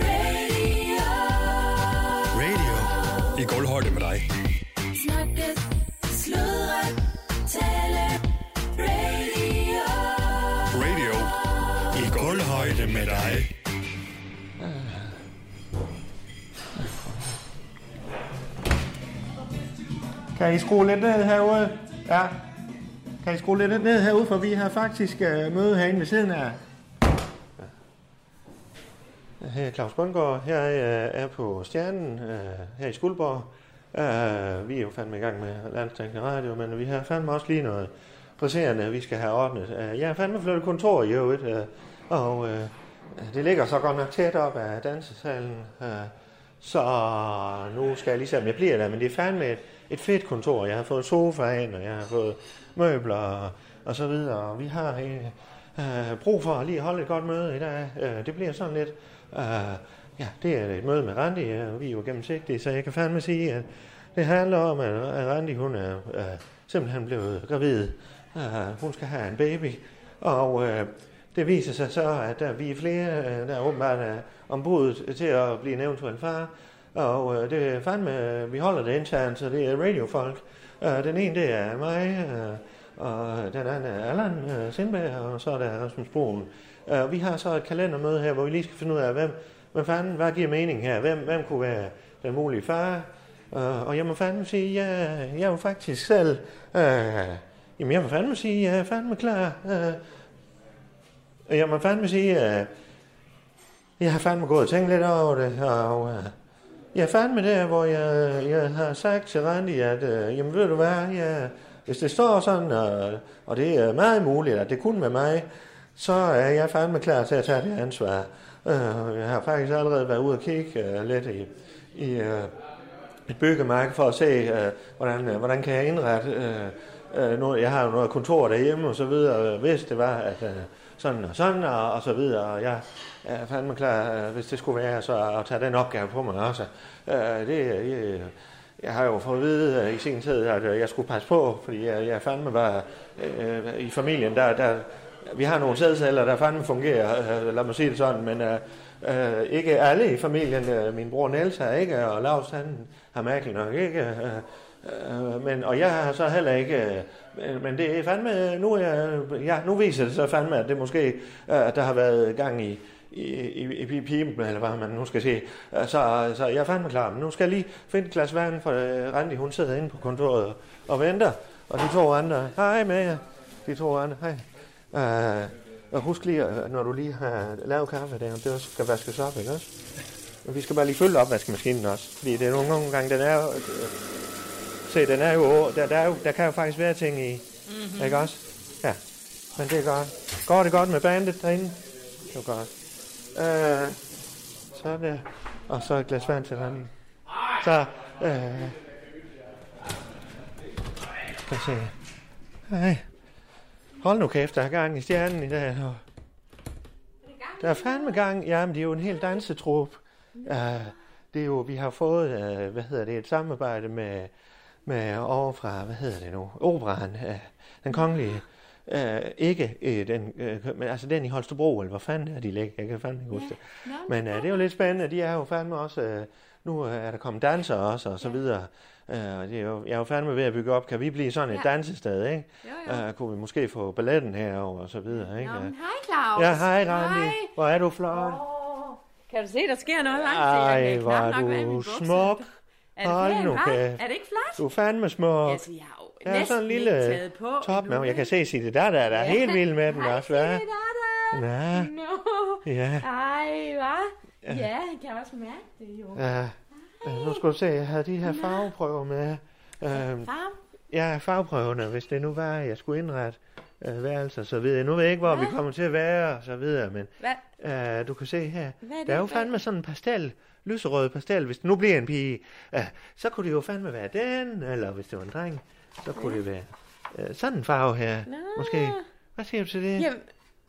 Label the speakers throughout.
Speaker 1: radio.
Speaker 2: Radio i gulvhøjde med dig.
Speaker 1: Snakke, sludre, tale, radio.
Speaker 2: Radio i gulvhøjde med dig.
Speaker 3: Kan I skrue lidt ned herude? Ja. Kan I skrue lidt ned herude, for vi har faktisk øh, møde herinde ved siden af. Her er Claus Bundgaard. Her øh, er på Stjernen, øh, her i Skuldborg. Øh, vi er jo fandme i gang med landstækkende radio, men vi har fandme også lige noget presserende, vi skal have ordnet. Øh, jeg har fandme flyttet kontor i øvrigt, øh, og øh, det ligger så godt nok tæt op af dansesalen. Øh, så nu skal jeg ligesom, jeg bliver der, men det er fandme et, et fedt kontor. Jeg har fået sofaen, og jeg har fået møbler og, og så videre. Og vi har øh, øh, brug for at lige holde et godt møde i dag. Øh, det bliver sådan lidt, øh, ja, det er et møde med Randi, og vi er jo gennemsigtige, så jeg kan fandme sige, at det handler om, at at Randi, hun er øh, simpelthen blevet gravid. Øh, hun skal have en baby, og... Øh, det viser sig så, at der, vi er flere, øh, der åbenbart er ombudet til at blive en eventuel far. Og øh, det er fandme, øh, vi holder det internt, så det er radiofolk. Øh, den ene, det er mig, øh, og den anden er Allan øh, Sindberg, og så er der Rasmus Broen. Øh, vi har så et kalendermøde her, hvor vi lige skal finde ud af, hvem, hvem fanden, hvad giver mening her? Hvem, hvem kunne være den mulige far? Øh, og jeg må fandme sige, ja, jeg er jo faktisk selv... Øh, jamen, jeg må fandme sige, jeg er fandme klar. Øh, jeg må fandme sige, at jeg har fandme gået og tænkt lidt over det, og øh, jeg er fandme der, hvor jeg, jeg har sagt til Randi, at øh, jamen ved du hvad, jeg, hvis det står sådan, og, og det er meget muligt, at det kun med mig, så er jeg fandme klar til at tage det ansvar. Øh, jeg har faktisk allerede været ude og kigge øh, lidt i, i øh, et byggemarked for at se, øh, hvordan, øh, hvordan kan jeg indrette... Øh, øh, noget, jeg har jo noget kontor derhjemme og så videre, øh, hvis det var, at øh, sådan og sådan og, og så videre. Og jeg er fandme klar, øh, hvis det skulle være, så at tage den opgave på mig også. Øh, det, øh, jeg har jo fået at vide øh, i sin tid, at øh, jeg skulle passe på, fordi jeg, jeg fandme var øh, i familien, der, der, vi har nogle sædceller, der fandme fungerer, øh, lad mig sige det sådan, men øh, øh, ikke alle i familien, øh, min bror Niels har ikke, og Lars han har mærkeligt nok ikke, øh, øh, men, og jeg har så heller ikke, øh, men- men det er fandme, nu, er jeg, ja, nu viser det så fandme, at det måske, øh, at der har været gang i, i, i, i pipen, eller hvad man nu skal sige. Øh, Så, så jeg er fandme klar, men nu skal jeg lige finde et glas vand, for øh, Randi, hun sidder inde på kontoret og venter, og de to andre, hej med jer, de to andre, hej. Øh, og husk lige, øh, når du lige har lavet kaffe der, det også skal vaskes op, ikke også? Men vi skal bare lige fylde opvaskemaskinen også, fordi det er nogle nogle gange, den er jo... øh, Se, den er jo... Der, der, er jo, der kan jo faktisk være ting i, mm-hmm. ikke også? Ja, men det er godt. Går det godt med bandet derinde? Det er godt. Øh, så der. Og så et glas vand til Randi. Så, øh... Skal vi se. Hej. Hold nu kæft, der er gang i stjernen i dag. Og der er fandme gang. Jamen, det er jo en hel dansetrup. Uh, det er jo, vi har fået, uh, hvad hedder det, et samarbejde med, med over fra, hvad hedder det nu, operan, uh, den kongelige, uh, ikke uh, den, uh, men altså den i Holstebro, eller hvor fanden er de ligger, jeg kan fandme ikke huske det. Men uh, det er jo lidt spændende, de er jo fandme også, uh, nu øh, er der kommet danser også, og så videre. Uh, det er jo, jeg er jo fandme ved at bygge op, kan vi blive sådan et dansested, ikke?
Speaker 4: Jo, jo.
Speaker 3: Uh, kunne vi måske få balletten herover og så videre, ikke?
Speaker 4: Nå,
Speaker 3: Øh,
Speaker 4: men hej Claus.
Speaker 3: Ja, hej Randi.
Speaker 4: Hej.
Speaker 3: Hvor er du flot.
Speaker 4: Åh, Kan du se, der sker noget langt? Jeg
Speaker 3: Ej,
Speaker 4: kan
Speaker 3: hvor
Speaker 4: knap
Speaker 3: er
Speaker 4: nok være i min
Speaker 3: du
Speaker 4: bukse.
Speaker 3: smuk.
Speaker 4: Er det
Speaker 3: Hold
Speaker 4: flere
Speaker 3: nu
Speaker 4: end mig?
Speaker 3: kæft.
Speaker 4: Er det ikke flot?
Speaker 3: Du er fandme smuk.
Speaker 4: Altså, jeg har jo
Speaker 3: Der er
Speaker 4: næsten
Speaker 3: sådan en
Speaker 4: ikke
Speaker 3: lille
Speaker 4: taget på
Speaker 3: top med.
Speaker 4: endnu.
Speaker 3: Jeg kan se Sitte der, der, der er
Speaker 4: Ja.
Speaker 3: helt vild med den også,
Speaker 4: Hej,
Speaker 3: hvad?
Speaker 4: Sitte, der,
Speaker 3: Nå,
Speaker 4: der. Nå.
Speaker 3: ja.
Speaker 4: Ej, hva? Ja, jeg kan også mærke det jo.
Speaker 3: ja. Øh, Nu skal du se, jeg havde de her farveprøver med. Øhm,
Speaker 4: Far,
Speaker 3: ja, farveprøverne, hvis det nu var, at jeg skulle indrette øh, værelser og så videre. Nu ved jeg ikke, hvor vi
Speaker 4: Ja.
Speaker 3: kommer til at være og så videre, men
Speaker 4: hvad,
Speaker 3: øh, du kan se her.
Speaker 4: hvad er det?
Speaker 3: Der er jo
Speaker 4: for-
Speaker 3: fandme sådan en pastel, lyserød pastel. Hvis det nu bliver en pige, øh, så kunne det jo fandme være den, eller hvis det var en dreng, så kunne det være øh, sådan en farve her.
Speaker 4: Nå.
Speaker 3: Måske. Hvad siger du til det?
Speaker 4: Jamen,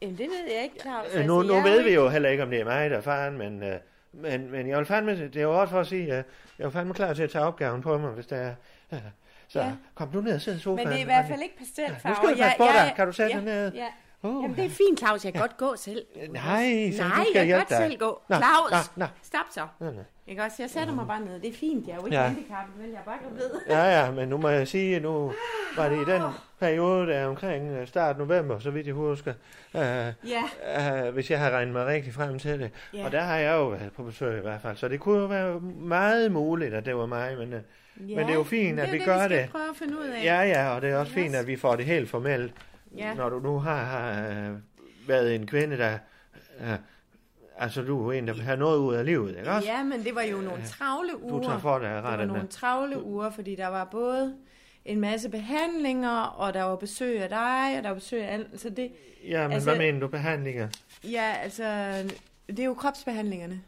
Speaker 4: jamen, det ved jeg ikke, Claus.
Speaker 3: Øh, nu
Speaker 4: Altså, jeg
Speaker 3: nu
Speaker 4: er
Speaker 3: ved
Speaker 4: jo
Speaker 3: vi jo heller ikke, om det er mig, der er faren, men øh, Men, men jeg vil fandme, det er jo også for at sige, at jeg er fandme klar til at tage opgaven på mig, hvis det er. øh, Så
Speaker 4: Ja.
Speaker 3: ja. kom du ned og sidde i sofaen.
Speaker 4: Men det er i hvert fald ikke pastelfarver.
Speaker 3: Ja, nu skal du
Speaker 4: Jeg-
Speaker 3: passe på
Speaker 4: jeg-
Speaker 3: dig. Kan du sætte
Speaker 4: ja,
Speaker 3: dig ned?
Speaker 4: Ja.
Speaker 3: Uh,
Speaker 5: Jamen, det er fint, Claus. Jeg kan godt gå selv.
Speaker 3: Nej, så
Speaker 5: Nej,
Speaker 3: du skal
Speaker 5: jeg kan
Speaker 3: hjælpe
Speaker 5: godt
Speaker 3: dig.
Speaker 5: selv gå.
Speaker 3: Nå,
Speaker 5: Claus,
Speaker 3: nå, nå.
Speaker 5: stop så.
Speaker 3: Nå, nå.
Speaker 5: Ikke også? Jeg sætter mig bare ned. Det er fint. Jeg er jo ikke
Speaker 3: Ja.
Speaker 5: ja. handicappet, men jeg er bare gravid.
Speaker 3: Ja, ja, men nu må jeg sige, at nu var det i den periode, der er omkring øh, start november, så vidt jeg husker, øh,
Speaker 5: Ja.
Speaker 3: øh, hvis jeg har regnet mig rigtig frem til det.
Speaker 5: Ja.
Speaker 3: Og der har jeg jo været på besøg i hvert fald, så det kunne jo være meget muligt, at det var mig, men, øh,
Speaker 5: ja.
Speaker 3: men det er jo fint, at vi gør
Speaker 5: Det er jo det, vi
Speaker 3: det.
Speaker 5: skal prøve at finde ud af.
Speaker 3: Ja, ja, og det er også fint,
Speaker 5: Yes.
Speaker 3: at vi får det helt formelt.
Speaker 5: Ja.
Speaker 3: Når du nu har, har øh, været en kvinde, der... Øh, altså, du er jo en, der vil have noget ud af livet, ikke også?
Speaker 5: ja, men det var jo nogle travle uger.
Speaker 3: Du tager for dig af
Speaker 5: det var
Speaker 3: retterne.
Speaker 5: nogle travle uger, fordi der var både en masse behandlinger, og der var besøg af dig, og der var besøg af alt. Så det,
Speaker 3: Ja, men
Speaker 5: Altså-
Speaker 3: hvad mener du? Behandlinger?
Speaker 5: ja, altså, det er jo kropsbehandlingerne.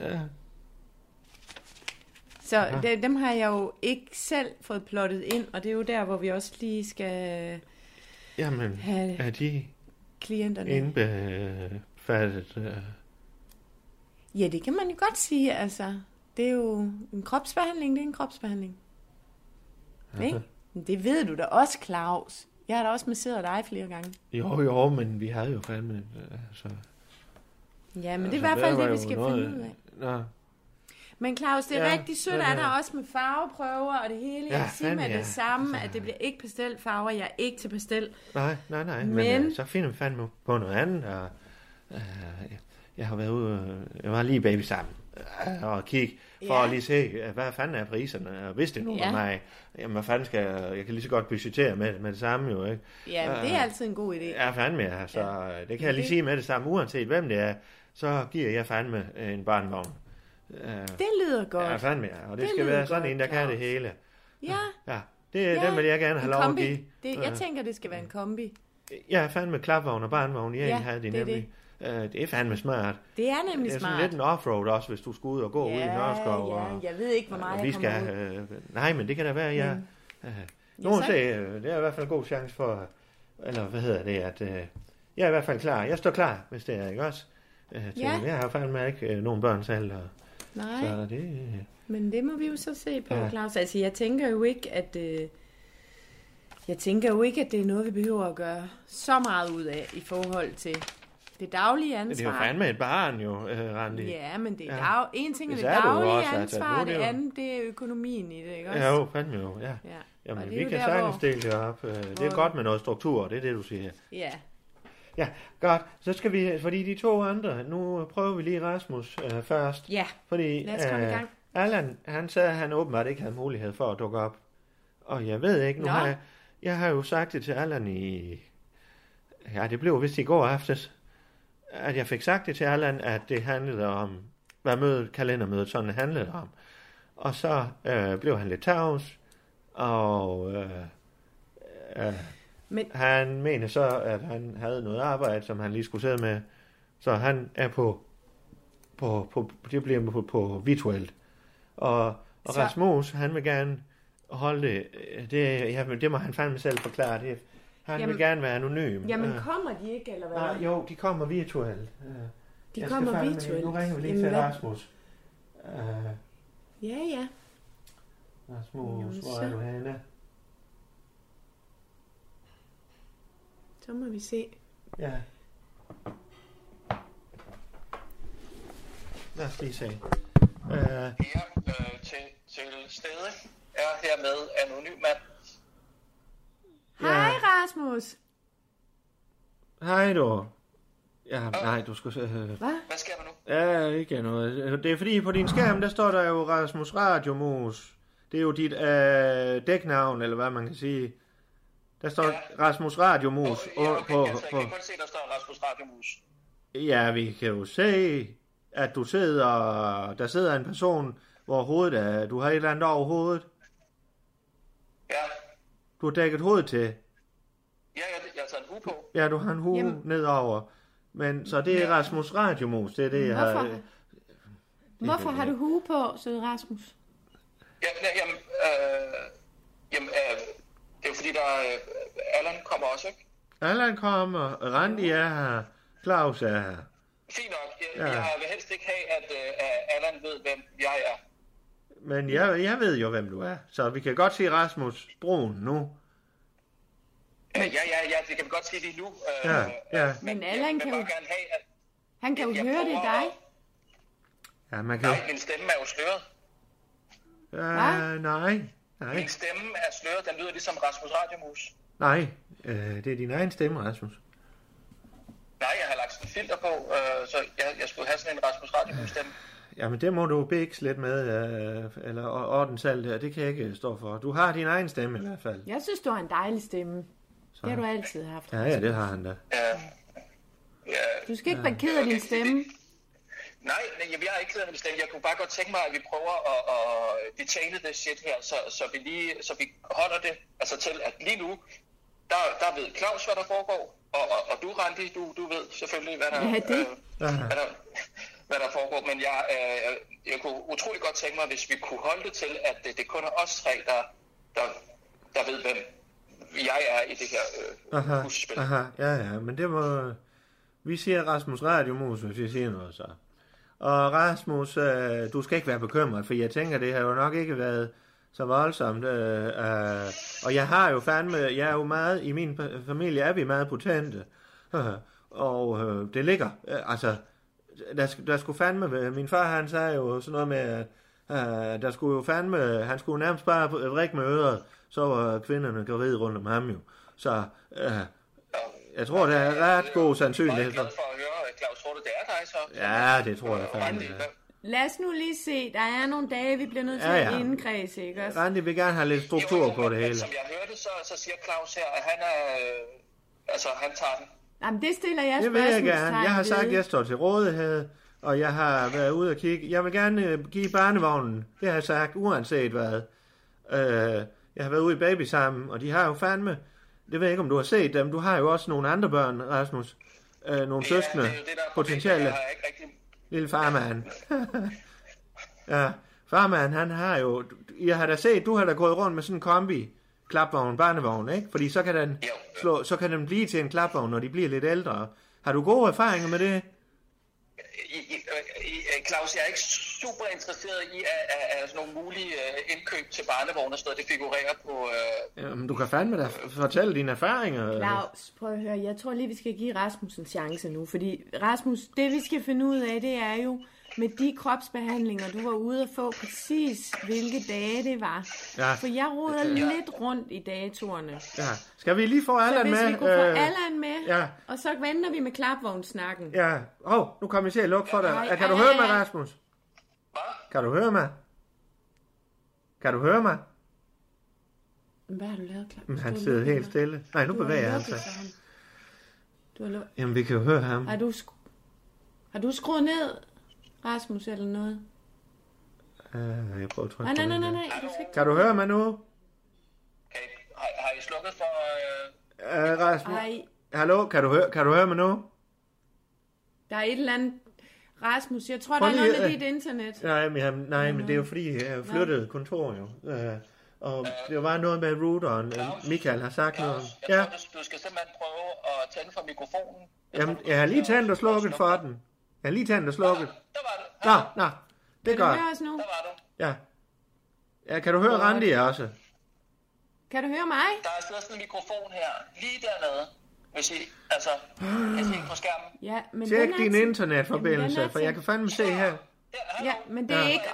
Speaker 3: Ja.
Speaker 5: Så det, dem har jeg jo ikke selv fået plottet ind, og det er jo der, hvor vi også lige skal
Speaker 3: Jamen,
Speaker 5: have
Speaker 3: er de
Speaker 5: klienterne.
Speaker 3: indbefattet? Øh,
Speaker 5: Ja, det kan man jo godt sige, altså. Det er jo en kropsbehandling, det er en kropsbehandling. Ikke? Men Det ved du da også, Claus. Jeg har da også masseret dig flere gange.
Speaker 3: jo, jo, men vi havde jo fandme... Øh, så,
Speaker 5: Ja, men det er i
Speaker 3: altså,
Speaker 5: hvert fald
Speaker 3: der var
Speaker 5: det, vi
Speaker 3: jo
Speaker 5: skal
Speaker 3: noget-
Speaker 5: finde ud af.
Speaker 3: Nå,
Speaker 5: Men Claus, det er
Speaker 3: Ja,
Speaker 5: ja, rigtig sødt
Speaker 3: det
Speaker 5: af
Speaker 3: er-
Speaker 5: dig, også med farveprøver og det hele. Jeg
Speaker 3: Ja,
Speaker 5: ja, siger
Speaker 3: fandme
Speaker 5: med
Speaker 3: ja.
Speaker 5: det samme, at det bliver ikke pastelfarver. Jeg er ikke til pastel.
Speaker 3: nej, nej, nej. Men,
Speaker 5: Men-
Speaker 3: men øh, så finder vi fandme på noget andet, og... Øh, jeg- jeg har været ude, øh, jeg var lige baby sammen øh, og kigge for
Speaker 5: Ja.
Speaker 3: ja. at lige se, øh, hvad fanden er priserne, og hvis det nu ja.
Speaker 5: Ja.
Speaker 3: var mig, jamen hvad fanden skal jeg, jeg kan lige så godt budgettere med, med det samme jo, ikke?
Speaker 5: Ja, men det er altid en god idé.
Speaker 3: Ja, fandme, altså, ja. det kan jeg lige
Speaker 5: det-
Speaker 3: sige med det samme, uanset hvem det er, så giver jeg fandme øh, en barnvogn. Øh,
Speaker 5: Det lyder
Speaker 3: Ja,
Speaker 5: godt.
Speaker 3: fandme ja. Og det,
Speaker 5: Det
Speaker 3: det skal
Speaker 5: lyder
Speaker 3: være sådan
Speaker 5: godt,
Speaker 3: en, der kan det
Speaker 5: Claus.
Speaker 3: hele.
Speaker 5: Ja,
Speaker 3: Ja, det,
Speaker 5: ja.
Speaker 3: ja, den vil jeg gerne have
Speaker 5: en
Speaker 3: lov at
Speaker 5: kombi.
Speaker 3: give.
Speaker 5: Det, jeg tænker, det skal være en kombi.
Speaker 3: Jeg er fandme klapvogn og barnvogn. Jeg
Speaker 5: Ja,
Speaker 3: ja, havde de
Speaker 5: det er
Speaker 3: nemlig. Øh, Det. det er fandme smart.
Speaker 5: Det er nemlig
Speaker 3: Det er sådan
Speaker 5: smart.
Speaker 3: lidt en offroad også, hvis du skal ud og gå ud i Nørreskov.
Speaker 5: ja,
Speaker 3: og,
Speaker 5: jeg ved ikke, hvor meget
Speaker 3: og vi
Speaker 5: jeg kommer
Speaker 3: skal,
Speaker 5: ud.
Speaker 3: øh, nej, men det kan da være, jeg... Øh, nogen
Speaker 5: så-
Speaker 3: sagde, øh, det er i hvert fald en god chance for... Eller hvad hedder det, at... Øh, jeg er i hvert fald klar. Jeg står klar, hvis det er, ikke også? Øh, til,
Speaker 5: Ja.
Speaker 3: ja. Jeg har fandme ikke øh, nogen børn selv, og,
Speaker 5: Nej,
Speaker 3: så det... Øh,
Speaker 5: men det må vi jo så se på, ja.
Speaker 3: Ja.
Speaker 5: Claus. Altså, jeg tænker jo ikke, at... Øh, jeg tænker jo ikke, at det er noget, vi behøver at gøre så meget ud af i forhold til det daglige
Speaker 3: det
Speaker 5: ansvar.
Speaker 3: er jo fandme et barn jo, øh, Randi.
Speaker 5: Ja, men det er
Speaker 3: Ja.
Speaker 5: dag... en ting er det,
Speaker 3: Det
Speaker 5: det
Speaker 3: er det jo
Speaker 5: daglige
Speaker 3: også, altså.
Speaker 5: ansvar,
Speaker 3: Nu
Speaker 5: og
Speaker 3: er det
Speaker 5: det
Speaker 3: jo-
Speaker 5: andet, det er økonomien i det, ikke også?
Speaker 3: Ja, jo, fandme jo, ja.
Speaker 5: Ja. Og
Speaker 3: Jamen,
Speaker 5: det er
Speaker 3: vi
Speaker 5: jo
Speaker 3: kan
Speaker 5: der,
Speaker 3: sagtens
Speaker 5: hvor-
Speaker 3: dele det op. Øh, Det
Speaker 5: hvor-
Speaker 3: er godt med noget struktur, det er det, du siger.
Speaker 5: ja.
Speaker 3: Ja, godt. Så skal vi, fordi de to andre, nu prøver vi lige Rasmus øh, først.
Speaker 5: Ja,
Speaker 3: Fordi øh,
Speaker 5: Lad os komme i gang.
Speaker 3: Allan, han sagde, at han åbenbart ikke havde mulighed for at dukke op. Og jeg ved ikke, nu
Speaker 5: Nå.
Speaker 3: har jeg, jeg har jo sagt det til Allan i... Ja, det blev vist i går aftes, at jeg fik sagt det til Allan, at det handlede om, hvad mødet, kalendermødet sådan handlede om. Og så øh, blev han lidt tavs, og øh, øh,
Speaker 5: Men-
Speaker 3: Men... han mener så, at han havde noget arbejde, som han lige skulle sidde med. Så han er på, på, på det bliver på, på virtuelt. Og, og
Speaker 5: Så-
Speaker 3: Rasmus, han vil gerne holde det, øh, det, ja, men det må han fandme selv forklare det. Han
Speaker 5: Jamen-
Speaker 3: vil gerne være anonym.
Speaker 5: jamen
Speaker 3: Øh,
Speaker 5: kommer de ikke, eller hvad?
Speaker 3: nej, jo, de kommer virtuelt. Øh,
Speaker 5: de
Speaker 3: jeg skal
Speaker 5: kommer
Speaker 3: fandme-
Speaker 5: virtuelt.
Speaker 3: Nu ringer vi lige
Speaker 5: Jamen,
Speaker 3: til
Speaker 5: hvad-
Speaker 3: Rasmus. Øh,
Speaker 5: Ja, ja.
Speaker 3: Rasmus,
Speaker 5: Jamen,
Speaker 3: hvor
Speaker 5: så-
Speaker 3: er du henne?
Speaker 5: Så må vi se.
Speaker 3: Ja. Lad os lige se. Øh,
Speaker 6: her øh, til, til stede er hermed anonym mand.
Speaker 5: Hej Rasmus.
Speaker 3: hej du. Ja, nej, du skal... Øh,
Speaker 6: Hvad sker der nu?
Speaker 3: Ja, ikke noget. Det er fordi på din skærm, der står der jo Rasmus Radiomus. Det er jo dit øh, dæknavn, eller hvad man kan sige. Der står
Speaker 6: Ja.
Speaker 3: Rasmus Radiomus
Speaker 6: Okay, ja,
Speaker 3: ja,
Speaker 6: okay,
Speaker 3: på,
Speaker 6: altså, jeg
Speaker 3: på...
Speaker 6: kan godt se, der står Rasmus Radiomus.
Speaker 3: Ja, vi kan jo se, at du sidder... Der sidder en person, hvor hovedet er... Du har et eller andet over hovedet.
Speaker 6: Ja,
Speaker 3: Du har dækket hovedet til.
Speaker 6: ja jeg, jeg har taget en hue på.
Speaker 3: Ja, du har en hue
Speaker 5: Jamen.
Speaker 3: Jamen. nedover. Men, så det er Rasmus Radiomus, det er det, jeg har... øh,
Speaker 5: Hvorfor? Hvorfor har du hue på, søde Rasmus?
Speaker 6: Ja, ja, jamen, øh, jamen øh, det er jo fordi, der er, øh, Allan kommer også, ikke?
Speaker 3: Allan kommer, Randi er her, Claus er her.
Speaker 7: fint nok. Jeg,
Speaker 3: Ja.
Speaker 7: ja. jeg vil helst ikke have, at uh, Allan ved, hvem jeg er.
Speaker 3: Men jeg, jeg ved jo, hvem du er, så vi kan godt sige Rasmus Broen nu.
Speaker 7: Øh, ja, ja, ja, det kan vi godt sige lige nu. Øh,
Speaker 3: Ja, ja.
Speaker 5: Men
Speaker 7: jeg
Speaker 5: Allan
Speaker 7: vil
Speaker 5: kan jo,
Speaker 7: bare gerne have, at
Speaker 5: han kan jo
Speaker 7: jeg
Speaker 5: høre det er
Speaker 7: prøver
Speaker 5: dig.
Speaker 7: at-
Speaker 3: Ja, man kan
Speaker 7: nej, min stemme er jo sløret.
Speaker 3: Øh, nej, nej,
Speaker 7: Min stemme er sløret. Den lyder ligesom Rasmus Radiomus.
Speaker 3: nej. Øh, det er din egen stemme, Rasmus.
Speaker 7: Nej, jeg har lagt sådan en filter på, øh, så jeg, jeg skulle have sådan en Rasmus Radiomus stemme.
Speaker 3: Jamen, det må du bækse lidt med, øh, eller or- ordens alt der. Det kan jeg ikke stå for. Du har din egen stemme i hvert fald.
Speaker 5: Jeg synes, du har en dejlig stemme. Det har du altid haft.
Speaker 3: Ja, ja, det har han da.
Speaker 7: Øh, ja.
Speaker 5: Du skal ikke være ked af din stemme.
Speaker 7: Nej, nej, jamen, jeg er ikke ked af min stemme. Jeg kunne bare godt tænke mig, at vi prøver at, at detaile det shit her, så, så, vi lige, så vi holder det altså til, at lige nu, der, der ved Claus, hvad der foregår, og, og, og du, Randi, du, du ved selvfølgelig, hvad der, øh,
Speaker 5: Ja, det.
Speaker 7: hvad der, hvad der foregår. Men jeg, øh, jeg kunne utrolig godt tænke mig, hvis vi kunne holde det til, at det, det kun er os tre, der, der, der ved, hvem jeg er i det her øh,
Speaker 3: Aha,
Speaker 7: husspil.
Speaker 3: aha, ja, ja, men det må... Vi siger Rasmus Radiomus, hvis vi siger noget så. Og Rasmus, øh, du skal ikke være bekymret, for jeg tænker, det har jo nok ikke været så voldsomt. Øh, øh, og jeg har jo fandme, jeg er jo meget, i min pa- familie er vi meget potente. og øh, det ligger, øh, altså, der, sk- der skulle fandme, være- min far han sagde jo sådan noget med, at øh, der skulle jo fandme, han skulle nærmest bare øh, drikke med øret, så var kvinderne gravide rundt om ham jo. Så øh, jeg tror, der er ret god
Speaker 7: Jeg er
Speaker 3: sandsynlighed for.
Speaker 7: glad for at høre, Claus, tror du, det er dig så?
Speaker 3: Ja, det tror jeg fandme.
Speaker 7: Randi,
Speaker 3: det er.
Speaker 7: hvad-
Speaker 5: Lad os nu lige se. Der er nogle dage, vi bliver nødt til
Speaker 3: Ja, ja.
Speaker 5: at indkredse, ikke også?
Speaker 3: Randi vil gerne have lidt
Speaker 7: Jo,
Speaker 3: struktur
Speaker 7: jo,
Speaker 3: på
Speaker 7: men-
Speaker 3: det
Speaker 7: men
Speaker 3: hele.
Speaker 7: Som jeg hørte, så, så siger Claus her, at han er... Øh, altså, han tager den.
Speaker 5: Jamen, det stiller jeg
Speaker 3: Det vil jeg gerne.
Speaker 5: spørgsmålstegn
Speaker 3: Jeg har
Speaker 5: ved.
Speaker 3: sagt, at jeg står til rådighed, og jeg har været ude og kigge. Jeg vil gerne øh, give barnevognen, det har jeg sagt, uanset hvad. Øh, jeg har været ude i baby sammen, og de har jo fandme, det ved jeg ikke, om du har set dem, du har jo også nogle andre børn, Rasmus. Øh, nogle søskende,
Speaker 7: det er jo det, der er problemet.
Speaker 3: potentielle.
Speaker 7: Jeg har ikke rigtig...
Speaker 3: Lille farmand. ja, farmand, han har jo... Jeg har da set, du har da gået rundt med sådan en kombi klapvogn, barnevogn, ikke? Fordi så kan, den
Speaker 7: Jo.
Speaker 3: slå, så kan den blive til en klapvogn, når de bliver lidt ældre. Har du gode erfaringer med det?
Speaker 7: I, I, øh, I, øh, Claus, jeg er ikke super interesseret i at, at, at sådan nogle mulige øh, indkøb til barnevogne og sådan noget, det figurerer på... Øh,
Speaker 3: Jamen, du kan fandme da fortælle dine erfaringer.
Speaker 5: Claus, prøv at høre. Jeg tror lige, vi skal give Rasmus en chance nu. Fordi Rasmus, det vi skal finde ud af, det er jo med de kropsbehandlinger, du var ude at få, præcis hvilke dage det var.
Speaker 3: Ja.
Speaker 5: For jeg roder lidt rundt i datorerne. Så
Speaker 3: Ja. Skal vi lige få Allan med? Øh,
Speaker 5: hvis vi kunne få Allan med,
Speaker 3: ja.
Speaker 5: og så venter vi med klapvognsnakken.
Speaker 3: Ja. Åh, oh, nu kommer jeg til at lukke for dig.
Speaker 5: Ej,
Speaker 3: Ja, kan
Speaker 5: ej,
Speaker 3: du høre
Speaker 5: ej,
Speaker 3: mig,
Speaker 5: ej.
Speaker 3: Rasmus? Kan du høre mig? Kan du høre mig?
Speaker 5: Hvad har du lavet, Claus?
Speaker 3: Men
Speaker 5: Du har
Speaker 3: han sidder
Speaker 5: lukket
Speaker 3: helt
Speaker 5: dig.
Speaker 3: stille. Nej, nu
Speaker 5: Du har
Speaker 3: bevæger han
Speaker 5: lukket
Speaker 3: sig.
Speaker 5: for ham. Du har, luk-
Speaker 3: Jamen, vi kan jo høre ham.
Speaker 5: har, du sk- har du skruet ned, Rasmus, eller noget?
Speaker 3: Øh, jeg prøver at trykke
Speaker 5: Nej, nej,
Speaker 3: på
Speaker 5: nej,
Speaker 3: den
Speaker 5: nej,
Speaker 3: der.
Speaker 5: nej. Du skal ikke.
Speaker 3: Kan du høre mig nu?
Speaker 7: kan I, har, har I slukket for... Øh,
Speaker 3: Øh, Rasmus?
Speaker 5: Ej,
Speaker 3: Hallo, kan du, høre, kan du høre mig nu?
Speaker 5: der er et eller andet... Rasmus, jeg tror,
Speaker 3: Prøv
Speaker 5: der er
Speaker 3: lige,
Speaker 5: noget med
Speaker 3: øh,
Speaker 5: dit internet.
Speaker 3: Nej, men, jamen, nej, men det er jo fordi, jeg har flyttet kontor jo. Øh, og det var noget med routeren. Øh, Michael har sagt noget om.
Speaker 7: Claus, jeg
Speaker 3: Ja,
Speaker 7: tror, du, du skal simpelthen prøve at tænde for mikrofonen. Jeg
Speaker 3: jamen,
Speaker 7: tror, du
Speaker 3: jeg har lige
Speaker 7: skal-
Speaker 3: tændt og slukket for den. Jeg har lige tændt og slukket.
Speaker 7: Der var du.
Speaker 3: Nå, nå, det er
Speaker 5: Kan du
Speaker 3: godt.
Speaker 5: høre os nu?
Speaker 7: Der var du.
Speaker 3: Ja. ja, kan du høre Randi også?
Speaker 5: Kan du høre mig?
Speaker 7: Der er stadig sådan en mikrofon her, lige dernede. Hvis I, altså, kan I se på skærmen?
Speaker 5: Ja, men
Speaker 3: Tjek
Speaker 5: den
Speaker 3: din
Speaker 5: er til- Jamen, den
Speaker 3: internetforbindelse,
Speaker 5: er
Speaker 3: for jeg
Speaker 5: til-
Speaker 3: kan fandme se her.
Speaker 7: Ja, hallo.
Speaker 5: Ja, men det er,
Speaker 3: Ja.
Speaker 5: ikke,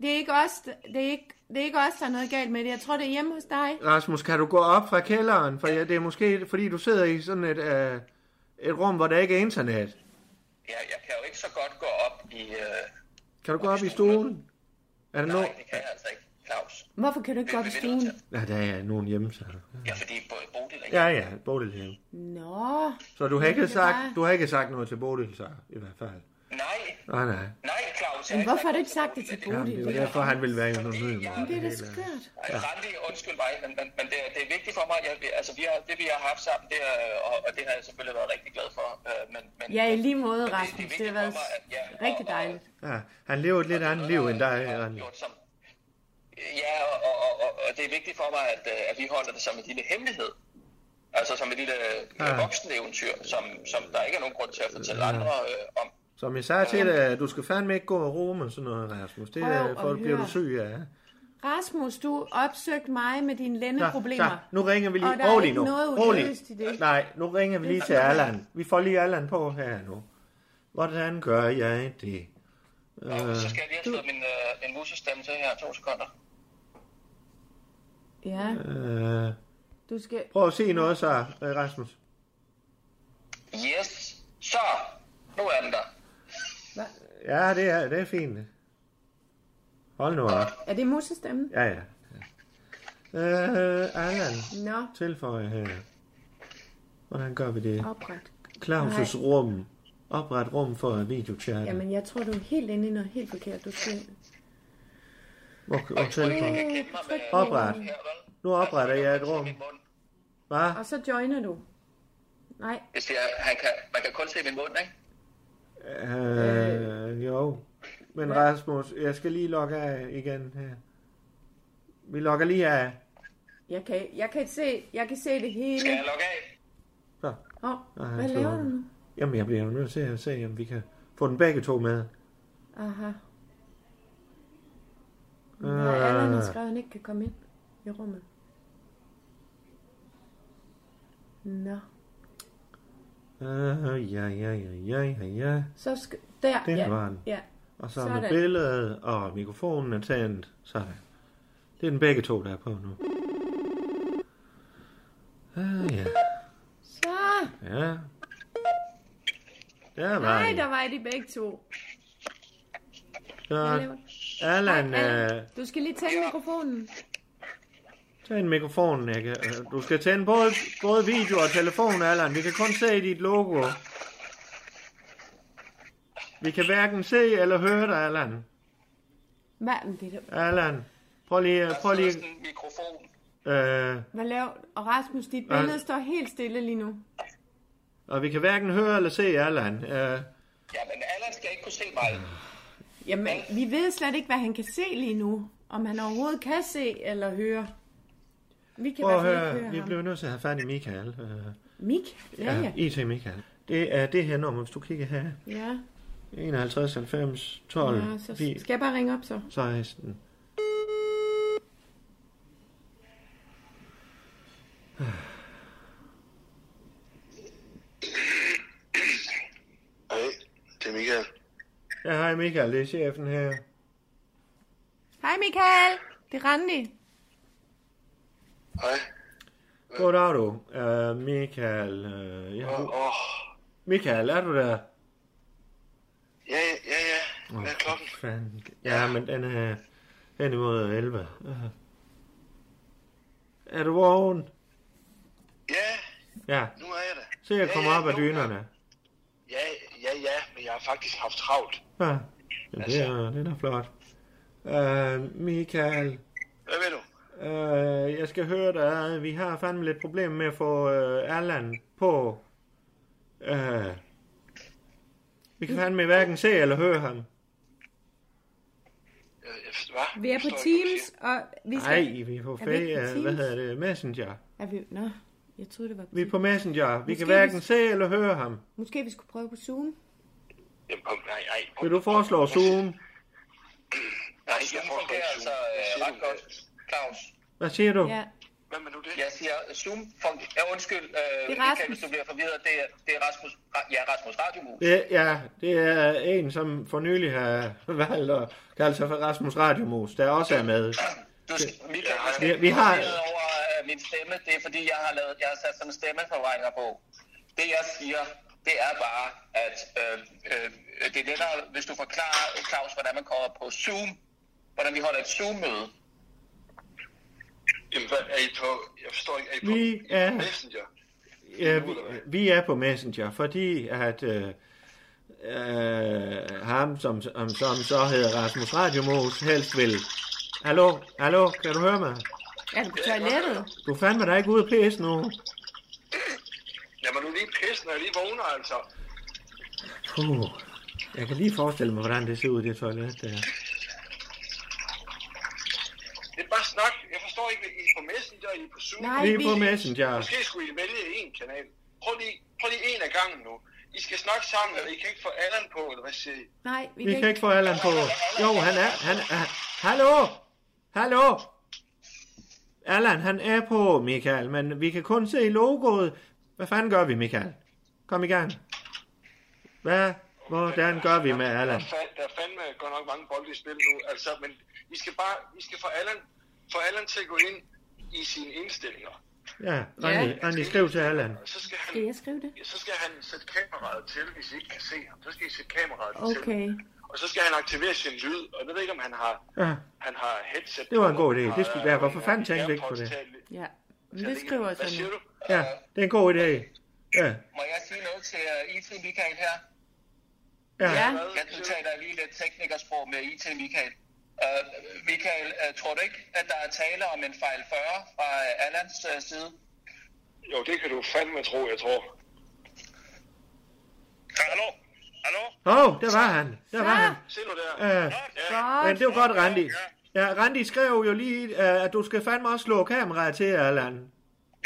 Speaker 5: det er ikke os, det er ikke, det er ikke os, der er noget galt med det. Jeg tror, det er hjemme hos dig.
Speaker 3: Rasmus, kan du gå op fra kælderen? For ja, det er måske, fordi du sidder i sådan et, øh, et rum, hvor der ikke er internet.
Speaker 7: Ja, jeg kan jo ikke så godt gå op i... Øh,
Speaker 3: Kan du gå op i stuen? Er der nogen?
Speaker 7: nej, det kan jeg altså ikke, Claus.
Speaker 5: Hvorfor kan du ikke gå op i stuen?
Speaker 3: Ja, der er nogen hjemme, så.
Speaker 7: Ja, fordi både Bodil og jeg...
Speaker 3: Ja, ja, Bodil hjemme.
Speaker 5: Nå,
Speaker 3: Så du har, ikke
Speaker 5: det er
Speaker 3: sagt,
Speaker 5: bare-
Speaker 3: du har ikke sagt noget til Bodil, så i hvert fald.
Speaker 7: Nej,
Speaker 3: Nej, nej.
Speaker 7: nej, Claus. jeg
Speaker 5: men
Speaker 7: er
Speaker 5: hvorfor har
Speaker 7: ikke-
Speaker 5: du ikke sagt det til
Speaker 3: Jamen, det
Speaker 5: Bodil?
Speaker 3: er jo derfor, han ville være en anonym.
Speaker 7: Jamen,
Speaker 5: Det er da skørt.
Speaker 7: Ej, Altså, Randi, undskyld mig, men, men, men det, er- det er vigtigt for mig. Jeg, altså, vi har, det vi har haft sammen, det er, og, og det har jeg selvfølgelig været rigtig glad for. Øh, men, men,
Speaker 5: Ja, i lige måde,
Speaker 7: men
Speaker 5: Rasmus. Det har
Speaker 7: vigtigt
Speaker 5: været
Speaker 7: for mig, at- ja, og-
Speaker 5: rigtig
Speaker 7: og-
Speaker 5: dejligt.
Speaker 3: Ja, han lever et lidt andet liv end dig,
Speaker 7: og
Speaker 3: Randi.
Speaker 7: gjort som- Ja, og, og, og, og- og det er vigtigt for mig, at, øh, at vi holder det som en lille hemmelighed. Altså som et lille
Speaker 3: Ja.
Speaker 7: ja. vokseneventyr, som, som der ikke er nogen grund til at fortælle andre øh, om.
Speaker 3: Som jeg sagde til dig, du skal fandme ikke gå og roe med sådan noget, Rasmus. Det
Speaker 5: Prøv
Speaker 3: er,
Speaker 5: at
Speaker 3: for bliver
Speaker 5: høre.
Speaker 3: du syg af.
Speaker 5: Rasmus, du opsøgte mig med dine lændeproblemer.
Speaker 3: nu ringer vi lige.
Speaker 5: Og der er
Speaker 3: Rolig
Speaker 5: ikke
Speaker 3: nu.
Speaker 5: noget
Speaker 3: Rolig.
Speaker 5: uløst i det.
Speaker 3: Nej, nu ringer vi lige til Allan. Vi får lige Allan på her nu. Hvordan gør jeg det?
Speaker 7: Og så skal jeg lige have slået min, øh, min musestemme til her, to sekunder.
Speaker 5: Ja,
Speaker 3: Øh,
Speaker 5: du skal...
Speaker 3: prøv at se noget så, øh, Rasmus.
Speaker 7: Yes, så nu er den der.
Speaker 3: Ja, det er, det er fint. Hold nu op.
Speaker 5: Er det musestemmen?
Speaker 3: Ja, ja. Øh, Allan,
Speaker 5: Nå,
Speaker 3: tilføj her. Hvordan gør vi det?
Speaker 5: opret.
Speaker 3: Claus' rum. Opret rum for videochat.
Speaker 5: Jamen, jeg tror, du er helt inde i noget helt forkert. Du skal...
Speaker 3: Hvor, hvor
Speaker 7: Jeg
Speaker 3: tilføj?
Speaker 7: kan kende mig med
Speaker 3: Opret.
Speaker 7: her, vel?
Speaker 3: Nu opretter jeg et rum.
Speaker 7: Min mund.
Speaker 3: Hvad?
Speaker 5: Og så joiner du. Nej,
Speaker 7: Hvis det er, han kan, man kan kun se min mund, ikke?
Speaker 3: Øh, jo. Men Rasmus, jeg skal lige logge af igen her. Vi logger lige af.
Speaker 5: jeg kan, jeg kan, se, jeg kan se det hele.
Speaker 7: Skal jeg logge af?
Speaker 3: Så.
Speaker 5: Åh,
Speaker 3: Og
Speaker 5: hvad
Speaker 3: han slår
Speaker 5: laver du
Speaker 3: den.
Speaker 5: nu?
Speaker 3: Jamen, jeg bliver jo nødt til at se, om vi kan få den begge to med.
Speaker 5: Aha.
Speaker 3: Øh.
Speaker 5: Nej, Allan har skrevet, at han ikke kan komme ind i rummet. Nå,
Speaker 3: Øh, ja, ja, ja, ja, ja, ja.
Speaker 5: så skal... Der,
Speaker 3: Det
Speaker 5: ja.
Speaker 3: var den.
Speaker 5: Ja,
Speaker 3: Og så med
Speaker 5: Sådan.
Speaker 3: billedet, og mikrofonen er tændt. Sådan. Det er den begge to, der er på nu. Øh, ja,
Speaker 5: så...
Speaker 3: ja. Der var
Speaker 5: Nej,
Speaker 3: den.
Speaker 5: der var de begge to. Hvad
Speaker 3: Så
Speaker 5: laver du?
Speaker 3: Allan,
Speaker 5: Allan,
Speaker 3: øh,
Speaker 5: du skal lige tænde mikrofonen.
Speaker 3: Tænd mikrofonen, jeg kan. øh, Du skal tænde både, både video og telefon, Allan. Vi kan kun se dit logo. Vi kan hverken se eller høre dig, Allan.
Speaker 5: Hvad, men det er da-
Speaker 3: Allan, prøv lige...
Speaker 7: Der
Speaker 3: Prøv
Speaker 7: sidder
Speaker 3: lige
Speaker 7: sådan en mikrofon.
Speaker 3: øh,
Speaker 5: hvad laver du? Og Rasmus, dit
Speaker 3: Hvad?
Speaker 5: billede står helt stille lige nu.
Speaker 3: og vi kan hverken høre eller se Allan. Øh,
Speaker 7: Jamen, Allan skal ikke kunne se mig.
Speaker 5: Jamen, vi ved slet ikke, hvad han kan se lige nu. Om han overhovedet kan se eller høre. Vi kan i
Speaker 3: prøv
Speaker 5: hvert
Speaker 3: at
Speaker 5: fald ikke
Speaker 3: høre.
Speaker 5: høre
Speaker 3: Vi
Speaker 5: ham.
Speaker 3: bliver nødt til at have fat i Michael. Øh,
Speaker 5: Mik? Ja, ja.
Speaker 3: ja, IT Michael. Det er det her nummer, hvis du kigger her.
Speaker 5: Ja,
Speaker 3: 51, 90, 12,
Speaker 5: ja så
Speaker 3: 10,
Speaker 5: skal jeg bare ringe op så.
Speaker 3: 16.
Speaker 7: Hej, det er Michael.
Speaker 3: Ja, hej Michael, det er chefen her.
Speaker 5: Hej Michael, det er Randi.
Speaker 7: Hej.
Speaker 3: Goddag du. Uh, Michael, uh, jeg har...
Speaker 7: Åh,
Speaker 3: Michael, er du der?
Speaker 7: ja, ja, ja, ja. Hvad er klokken?
Speaker 3: Fanden. Ja, men den er hen imod 11. Uh. Er du vågen?
Speaker 7: Ja,
Speaker 3: Ja,
Speaker 7: nu er jeg der.
Speaker 3: se jeg kommer
Speaker 7: ja,
Speaker 3: op af
Speaker 7: jo,
Speaker 3: dynerne.
Speaker 7: Ja, ja, ja, men jeg har faktisk haft travlt.
Speaker 3: Ja, men det er, det er da flot. Uh, Michael,
Speaker 7: Hvad ved du?
Speaker 3: uh, jeg skal høre dig. Vi har fandme lidt problemer med at få uh, Erland på. Uh, vi kan fandme hverken se eller høre ham.
Speaker 7: Øh, Hvad?
Speaker 5: Vi er på
Speaker 7: Forstår ikke, hvad du
Speaker 5: Teams, og vi skal...
Speaker 3: Nej, vi er på,
Speaker 5: Er vi ikke på
Speaker 3: fa- uh, hvad
Speaker 5: Teams?
Speaker 3: hedder det? Messenger.
Speaker 5: Er vi... Nå, jeg troede, det var...
Speaker 3: Vi er på Messenger. Vi
Speaker 5: Måske
Speaker 3: kan hverken
Speaker 5: vi-
Speaker 3: se eller høre ham.
Speaker 5: Måske vi skulle prøve på Zoom?
Speaker 7: siger. Jamen, kom, nej, nej.
Speaker 3: Vil du foreslå Zoom?
Speaker 7: Nej, jeg fungerer altså øh, ret godt, Claus.
Speaker 3: Hvad siger du?
Speaker 5: Ja.
Speaker 7: Hvad med nu det? Jeg siger Zoom. Fun- ja, undskyld, øh,
Speaker 5: Det er
Speaker 7: Michael,
Speaker 5: Rasmus.
Speaker 7: hvis du bliver forvirret. Det er, det er Rasmus, Ra- ja, Rasmus Radiomus.
Speaker 3: Det, ja, det er en, som for nylig har valgt at kalde sig for Rasmus Radiomus, der også er med.
Speaker 7: Du, skal- Michael, du skal
Speaker 3: Vi-
Speaker 7: ikke
Speaker 3: vi har-
Speaker 7: blive forvirret over øh, min stemme. Det er fordi, jeg har, lavet, jeg har sat sådan en stemmeforvrænger på. Det, jeg siger, det er bare, at øh, øh, det er lettere, hvis du forklarer, øh, Claus, hvordan man kommer på Zoom. Hvordan vi holder et Zoom-møde.
Speaker 8: Jamen, hvad er I på? Jeg forstår ikke, er I på
Speaker 3: Vi er-
Speaker 8: Messenger?
Speaker 3: Ja, vi, vi er på Messenger, fordi at øh, øh, ham, som, som, som så hedder Rasmus Radiomus, helst vil... Hallo, hallo, kan du høre mig?
Speaker 5: Er du på toilettet?
Speaker 3: Du fandt mig da ikke ude pisse nu.
Speaker 8: Lad mig nu lige pisse, når jeg lige vågner, altså.
Speaker 3: Puh. Jeg kan lige forestille mig, hvordan det ser ud i det toilet der.
Speaker 8: Det er bare snak. Jeg forstår ikke, I er på Messenger, I er på Zoom.
Speaker 5: Nej,
Speaker 3: Vi er på
Speaker 5: vi-
Speaker 3: Messenger.
Speaker 8: Måske skulle I vælge én kanal. Prøv lige, prøv lige en af gangen nu. I skal snakke sammen, eller I kan ikke få Allan på, eller hvad siger I?
Speaker 5: Nej, vi,
Speaker 3: Vi kan ikke få Allan på. Jo, han er... Han er hallo? Hallo? Allan, han er på, Michael, men vi kan kun se logoet. Hvad fanden gør vi, Michael? Kom i gang. Hvad? Hvordan gør vi med
Speaker 8: Der,
Speaker 3: Allan?
Speaker 8: er fa- der er fandme godt nok mange bolde i spil nu, altså, men I skal bare, I skal få Allan, få Allan til at gå ind i sine indstillinger.
Speaker 3: Ja, Randi, Randi, skriv til Allan.
Speaker 8: Og så skal han,
Speaker 9: Skal jeg skrive det?
Speaker 8: så skal han sætte kameraet til, hvis I ikke kan se ham. Så skal I sætte kameraet til.
Speaker 5: Okay.
Speaker 8: Og så skal han aktivere sin lyd, og jeg ved ikke, om han har,
Speaker 3: Ja,
Speaker 8: han har headset
Speaker 3: Det var en
Speaker 8: på,
Speaker 3: god idé.
Speaker 8: og
Speaker 3: Det skulle- ja, hvorfor
Speaker 8: og
Speaker 3: fanden tænkte vi ikke på
Speaker 8: AirPods
Speaker 3: det?
Speaker 8: til at-
Speaker 5: Ja, men
Speaker 8: til at
Speaker 5: det
Speaker 8: ligge-
Speaker 5: skriver jeg
Speaker 8: Hvad siger
Speaker 5: sådan.
Speaker 8: du?
Speaker 3: ja, det er en god idé. Ja,
Speaker 6: Må jeg sige noget til
Speaker 7: øh,
Speaker 6: uh, IT Michael her?
Speaker 3: ja.
Speaker 5: Ja,
Speaker 6: Jeg taler lige lidt teknikersprog med IT Michael. Uh, Michael, uh, tror du ikke, at der er tale om en fejl 40 fra uh, Allans uh, side?
Speaker 8: Jo, det kan du fandme tro, jeg tror. Hallo? Hallo?
Speaker 3: Åh, oh, der var han. Der var han.
Speaker 8: Se nu der.
Speaker 3: Ja,
Speaker 8: Ja.
Speaker 3: men det var godt, Randi. Ja, Randi skrev jo lige, øh, at du skal fandme også slå kameraet til, Allan.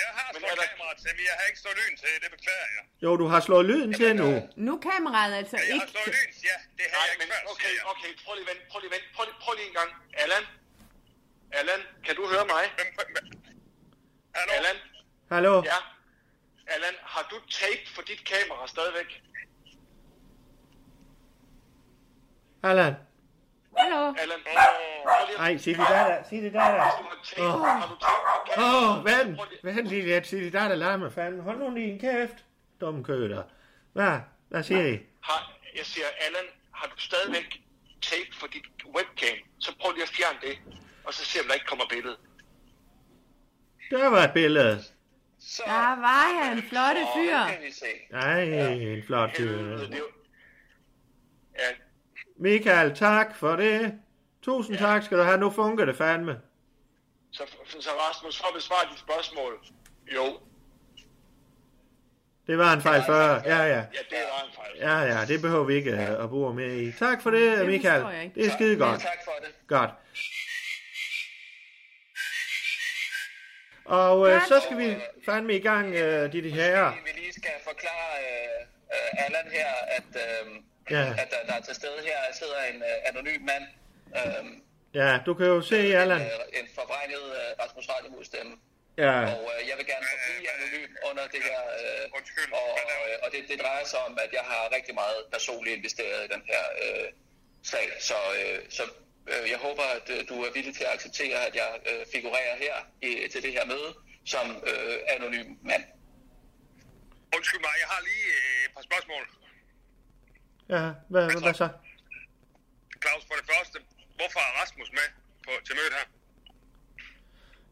Speaker 8: Jeg har slået kameraet til, men jeg har ikke slået lyn til, det beklager jeg.
Speaker 3: Jo, du har slået lyden til nu.
Speaker 5: nu er kameraet altså ikke...
Speaker 8: lyn, ja, det har jeg ikke før, okay, okay, prøv lige vent, prøv lige vent, prøv lige, prøv lige en gang. Allan? Allan, kan du høre mig? Hallo? Allan?
Speaker 3: Hallo?
Speaker 8: Ja? Allan, har du tape for dit kamera stadigvæk?
Speaker 3: Allan?
Speaker 5: Hallo?
Speaker 8: Allan? prøv lige at-
Speaker 3: Ej, sig det der, der. Sig det der, der.
Speaker 8: Har du tape? Har du tape for kameraet?
Speaker 3: Åh, oh, vand.
Speaker 8: Prøv lige-
Speaker 3: Vand lige lidt. Sig det der, der larmer fanden. Hold nu lige en kæft. Dumme køder. Hvad? Hvad siger I?
Speaker 8: Har, jeg siger, Allan, har du stadigvæk tape for dit webcam? Så prøv lige at fjerne det, og så se, om der ikke kommer billede.
Speaker 3: Der var et billede.
Speaker 6: Så
Speaker 5: Der var han, flotte fyr.
Speaker 6: kan vi se.
Speaker 3: Ej, en flot
Speaker 8: Helvede,
Speaker 3: fyr.
Speaker 8: Øh, det er jo... Ja,
Speaker 3: Michael, tak for det. Tusind tak skal du have. Nu funker det fandme.
Speaker 8: så, så Rasmus, for at besvare dit spørgsmål. Jo,
Speaker 3: Det var en fejl før. Ja, ja.
Speaker 8: ja, det var en fejl.
Speaker 3: Ja, ja, det behøver vi ikke øh, at bruge mere i. Tak for det,
Speaker 5: forstår jeg
Speaker 3: Michael.
Speaker 5: ikke.
Speaker 3: Det er skide godt.
Speaker 6: Tak for det.
Speaker 3: Godt. Og øh, så skal vi fandme i gang, øh, de, de herrer.
Speaker 6: Vi lige skal forklare øh, øh, Allan her, at, øh,
Speaker 3: Ja.
Speaker 6: at der, der er til stede her sidder en øh, anonym mand. Øh,
Speaker 3: Ja, du kan jo se, Allan.
Speaker 6: en, øh, en forvrænget øh, Rasmus Radiomus stemme.
Speaker 3: Ja,
Speaker 6: Og øh, jeg vil gerne forblive anonym under det her. Øh,
Speaker 8: Undskyld,
Speaker 6: og
Speaker 8: men, øh,
Speaker 6: øh, og det, det drejer sig om, at jeg har rigtig meget personligt investeret i den her øh, sag. Så, øh, så øh, jeg håber, at øh, du er villig til at acceptere, at jeg øh, figurerer her i, til det her møde som øh, anonym mand.
Speaker 8: Undskyld mig, jeg har lige øh, et par spørgsmål.
Speaker 3: ja. Hvad, hvad så?
Speaker 8: Claus, for det første, hvorfor er Rasmus med på, til mødet her?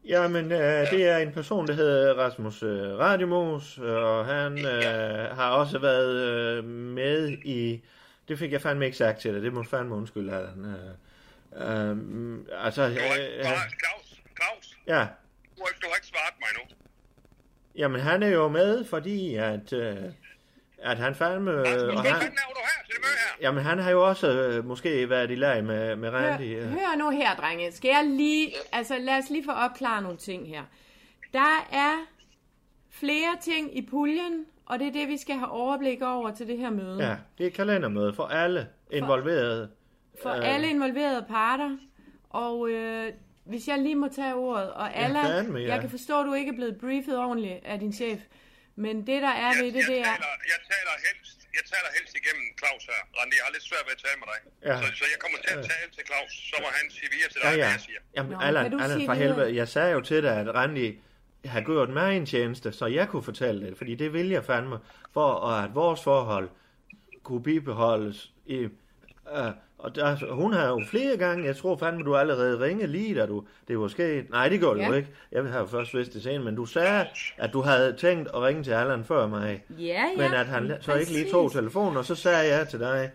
Speaker 3: Jamen, øh, det er en person, der hedder Rasmus øh, Radiomos, og han øh, har også været øh, med i... Det fik jeg fandme ikke sagt til dig, det må du fandme undskylde, Allan. Øh, øh, altså, øh, han,
Speaker 8: Claus, Claus,
Speaker 3: ja,
Speaker 8: du har, du har ikke svaret mig nu.
Speaker 3: Jamen, han er jo med, fordi at, øh, at han fandme... Øh, og han,
Speaker 8: er du her til det møde her?
Speaker 3: jamen, han har jo også øh, måske været i lag med, med Randy.
Speaker 5: Hør,
Speaker 3: Øh.
Speaker 5: hør nu her, drenge. Skal jeg lige... Altså, lad os lige få opklaret nogle ting her. Der er flere ting i puljen, og det er det, vi skal have overblik over til det her møde.
Speaker 3: Ja, det er et kalendermøde for alle involverede.
Speaker 5: For
Speaker 3: øh.
Speaker 5: alle involverede parter. Og øh, hvis jeg lige må tage ordet, og Allan,
Speaker 3: fandme, ja.
Speaker 5: jeg kan forstå, at du ikke er blevet briefet ordentligt af din chef, men det der er ved det, det er...
Speaker 8: taler, jeg taler helst, jeg taler helst igennem Claus her. Randi, jeg har lidt svært ved at tale med dig.
Speaker 3: Ja.
Speaker 8: Så, så jeg kommer til at tale til Claus, så må han sige videre til
Speaker 3: Ja,
Speaker 8: dig,
Speaker 3: ja.
Speaker 8: hvad jeg siger.
Speaker 3: Jamen,
Speaker 5: Nå,
Speaker 3: Nå,
Speaker 5: men kan du
Speaker 3: Allan,
Speaker 5: sige
Speaker 3: Allan for
Speaker 5: videre?
Speaker 3: helvede, jeg sagde jo til dig, at Randy har gjort mig en tjeneste, så jeg kunne fortælle det, fordi det vil jeg fandme, for at vores forhold kunne bibeholdes i... Øh, og der, hun har jo flere gange, jeg tror fandme, du allerede ringede lige, da du... Det var sket... Nej, det gjorde ja.
Speaker 5: Ja.
Speaker 3: du ikke. Jeg har jo først vidst det senere, men du sagde, at du havde tænkt at ringe til Allan før mig.
Speaker 5: Ja, ja.
Speaker 3: Men at han la- så ikke lige
Speaker 5: præcis.
Speaker 3: tog telefonen, og så sagde jeg til dig,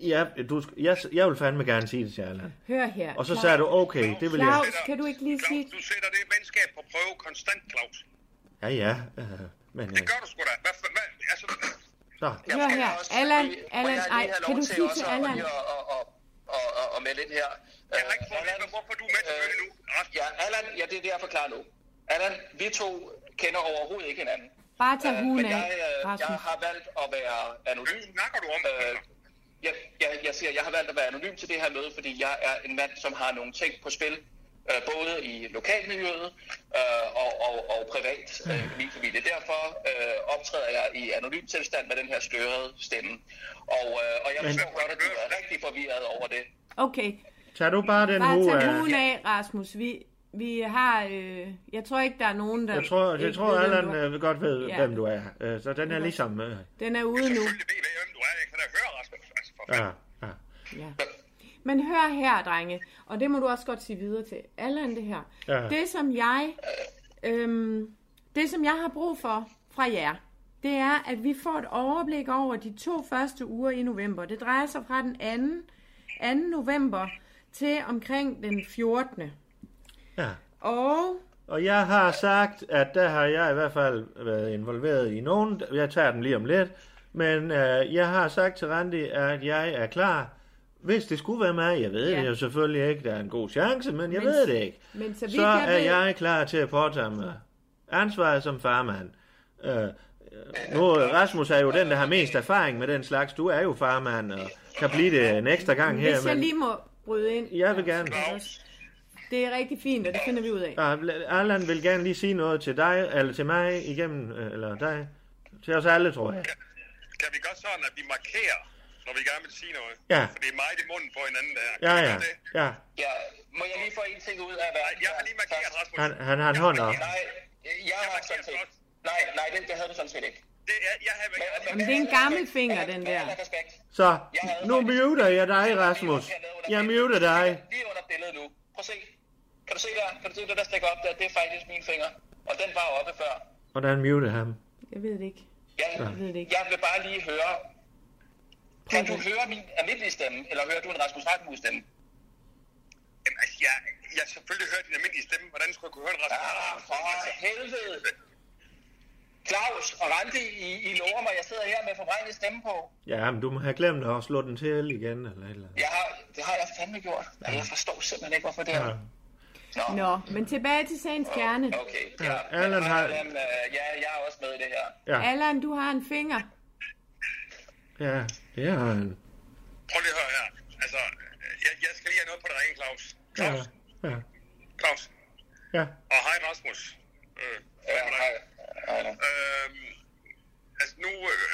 Speaker 3: ja, du, sk- jeg, jeg vil fandme gerne sige det til Allan.
Speaker 5: Hør her.
Speaker 3: Og så
Speaker 5: Claus.
Speaker 3: sagde du, okay, det vil jeg...
Speaker 5: Claus, kan du ikke lige sige...
Speaker 8: Claus, du sætter det venskab på prøve konstant, Claus.
Speaker 3: Ja, ja. Øh, men øh,
Speaker 8: Det gør du sgu da. Hvad, for- hvad, altså,
Speaker 3: så,
Speaker 5: Hør her, Allan, Allan, ej, kan du sige til Allan?
Speaker 6: Og med lidt her. Øh,
Speaker 8: jeg har ikke fået
Speaker 7: Øh,
Speaker 8: ved, hvorfor du er med til mødet nu. Rasmus,
Speaker 6: Ja, Allan, ja, det er det, jeg forklarer nu. Allan, vi to kender overhovedet ikke hinanden.
Speaker 5: Bare tag
Speaker 6: men
Speaker 5: huen
Speaker 6: jeg,
Speaker 5: af,
Speaker 6: øh, jeg
Speaker 5: Rasmus.
Speaker 6: har valgt at være anonym.
Speaker 7: Hvad snakker du om?
Speaker 6: Øh, jeg, jeg, jeg siger, jeg har valgt at være anonym til det her møde, fordi jeg er en mand, som har nogle ting på spil, øh, både i lokalmiljøet øh, og, og, og privat øh, i min familie. Derfor øh, optræder jeg i anonym tilstand med den her størrede stemme. Og, øh, og jeg forstår godt, at du er rigtig forvirret over det.
Speaker 5: Okay,
Speaker 3: Tag du bare den øh,
Speaker 5: bare
Speaker 3: hue
Speaker 5: tag
Speaker 3: af.
Speaker 5: huen af, Rasmus. Vi, vi har... Øh, jeg tror ikke, der er nogen, der...
Speaker 3: Jeg tror, jeg
Speaker 5: ikke
Speaker 3: tror
Speaker 5: ved, hvem
Speaker 3: Allan
Speaker 5: du er.
Speaker 3: øh, vil godt ved,
Speaker 5: Ja.
Speaker 3: hvem du er. Øh, så den er ligesom... Øh,
Speaker 5: Den er ude nu.
Speaker 7: Selvfølgelig ved jeg, hvem du er. Jeg kan da høre, Rasmus. Altså, for
Speaker 3: ja, ja.
Speaker 5: Ja. Men hør her, drenge, og det må du også godt sige videre til alle end det her.
Speaker 3: Ja.
Speaker 5: Det, som jeg, øhm, det, som jeg har brug for fra jer, det er, at vi får et overblik over de to første uger i november. Det drejer sig fra den 2. 2. november til omkring den 14.
Speaker 3: ja.
Speaker 5: Og
Speaker 3: Og jeg har sagt, at der har jeg i hvert fald været involveret i nogen. Jeg tager den lige om lidt. Men øh, jeg har sagt til Randi, at jeg er klar, hvis det skulle være mig. Jeg ved
Speaker 5: Ja.
Speaker 3: ja. det jo selvfølgelig ikke, der er en god chance, men jeg
Speaker 5: Men-
Speaker 3: men, ved det ikke.
Speaker 5: men så vidt
Speaker 3: så
Speaker 5: jeg
Speaker 3: er
Speaker 5: ved-
Speaker 3: jeg klar til at påtage mig ansvaret som farmand. Øh, øh, nu, øh, Rasmus er jo den, der har mest erfaring med den slags. Du er jo farmand, og kan blive det en ekstra gang her.
Speaker 5: hvis jeg lige må bryde ind.
Speaker 3: Jeg vil gerne.
Speaker 5: Det er rigtig fint, og det finder vi ud af.
Speaker 3: Og Allan vil gerne lige sige noget til dig, eller til mig igennem, øh, eller dig. Til os alle, tror jeg.
Speaker 7: Kan vi gøre sådan, at vi markerer, når vi gerne vil sige noget?
Speaker 3: Ja.
Speaker 7: For det er meget i munden på hinanden, der.
Speaker 3: Ja, ja, ja.
Speaker 6: Ja, må jeg lige få en ting ud af verden?
Speaker 7: Jeg har lige markeret,
Speaker 6: Først?
Speaker 7: Rasmus.
Speaker 3: Han, han har en hånd op.
Speaker 6: Nej, jeg har sådan set. Nej, nej, det, det havde du sådan set ikke.
Speaker 7: Det er, jeg har, jeg, jeg,
Speaker 5: men det er en gammel finger, den der.
Speaker 3: Så, nu muter jeg dig, Rasmus. Jeg muter dig.
Speaker 6: Lige under billedet nu. Prøv at se. Kan du se der? Kan du se det, der stikker op der? Det er faktisk min finger. Og den var oppe før.
Speaker 3: Hvordan mute ham?
Speaker 5: Jeg ved det ikke.
Speaker 6: Jeg,
Speaker 5: ved det ikke.
Speaker 6: jeg vil bare lige høre. Kan du høre min almindelige stemme, eller hører du en Rasmus Rasmus stemme?
Speaker 7: Jamen, altså, jeg, jeg har selvfølgelig hørt din almindelige stemme. Hvordan skulle jeg kunne høre en Rasmus?
Speaker 6: Ah, for helvede. Claus og Randi, I, I lover mig, jeg sidder her med forvrænget stemme på.
Speaker 3: Ja, men du må have glemt at slå den til igen, eller et eller andet.
Speaker 6: Jeg har, det har jeg fandme gjort. Altså, jeg forstår simpelthen ikke, hvorfor det er.
Speaker 3: Ja.
Speaker 6: Nå.
Speaker 5: Nå, men tilbage til sagens kerne.
Speaker 6: Okay, ja.
Speaker 3: Ja,
Speaker 6: men
Speaker 3: Allan har-
Speaker 6: Allan, øh, ja, jeg er også med i det her.
Speaker 3: Ja,
Speaker 5: Allan, du har en finger.
Speaker 3: ja, det har han.
Speaker 7: Prøv lige at høre her. Altså, jeg, jeg skal lige have noget på det rene, Claus.
Speaker 3: Ja,
Speaker 7: Claus,
Speaker 3: ja,
Speaker 7: Claus.
Speaker 3: ja.
Speaker 7: Og hej, Rasmus. Øh,
Speaker 6: Ja,
Speaker 7: hej.
Speaker 6: hej. Hej, Allan.
Speaker 7: Øhm, altså nu, øh,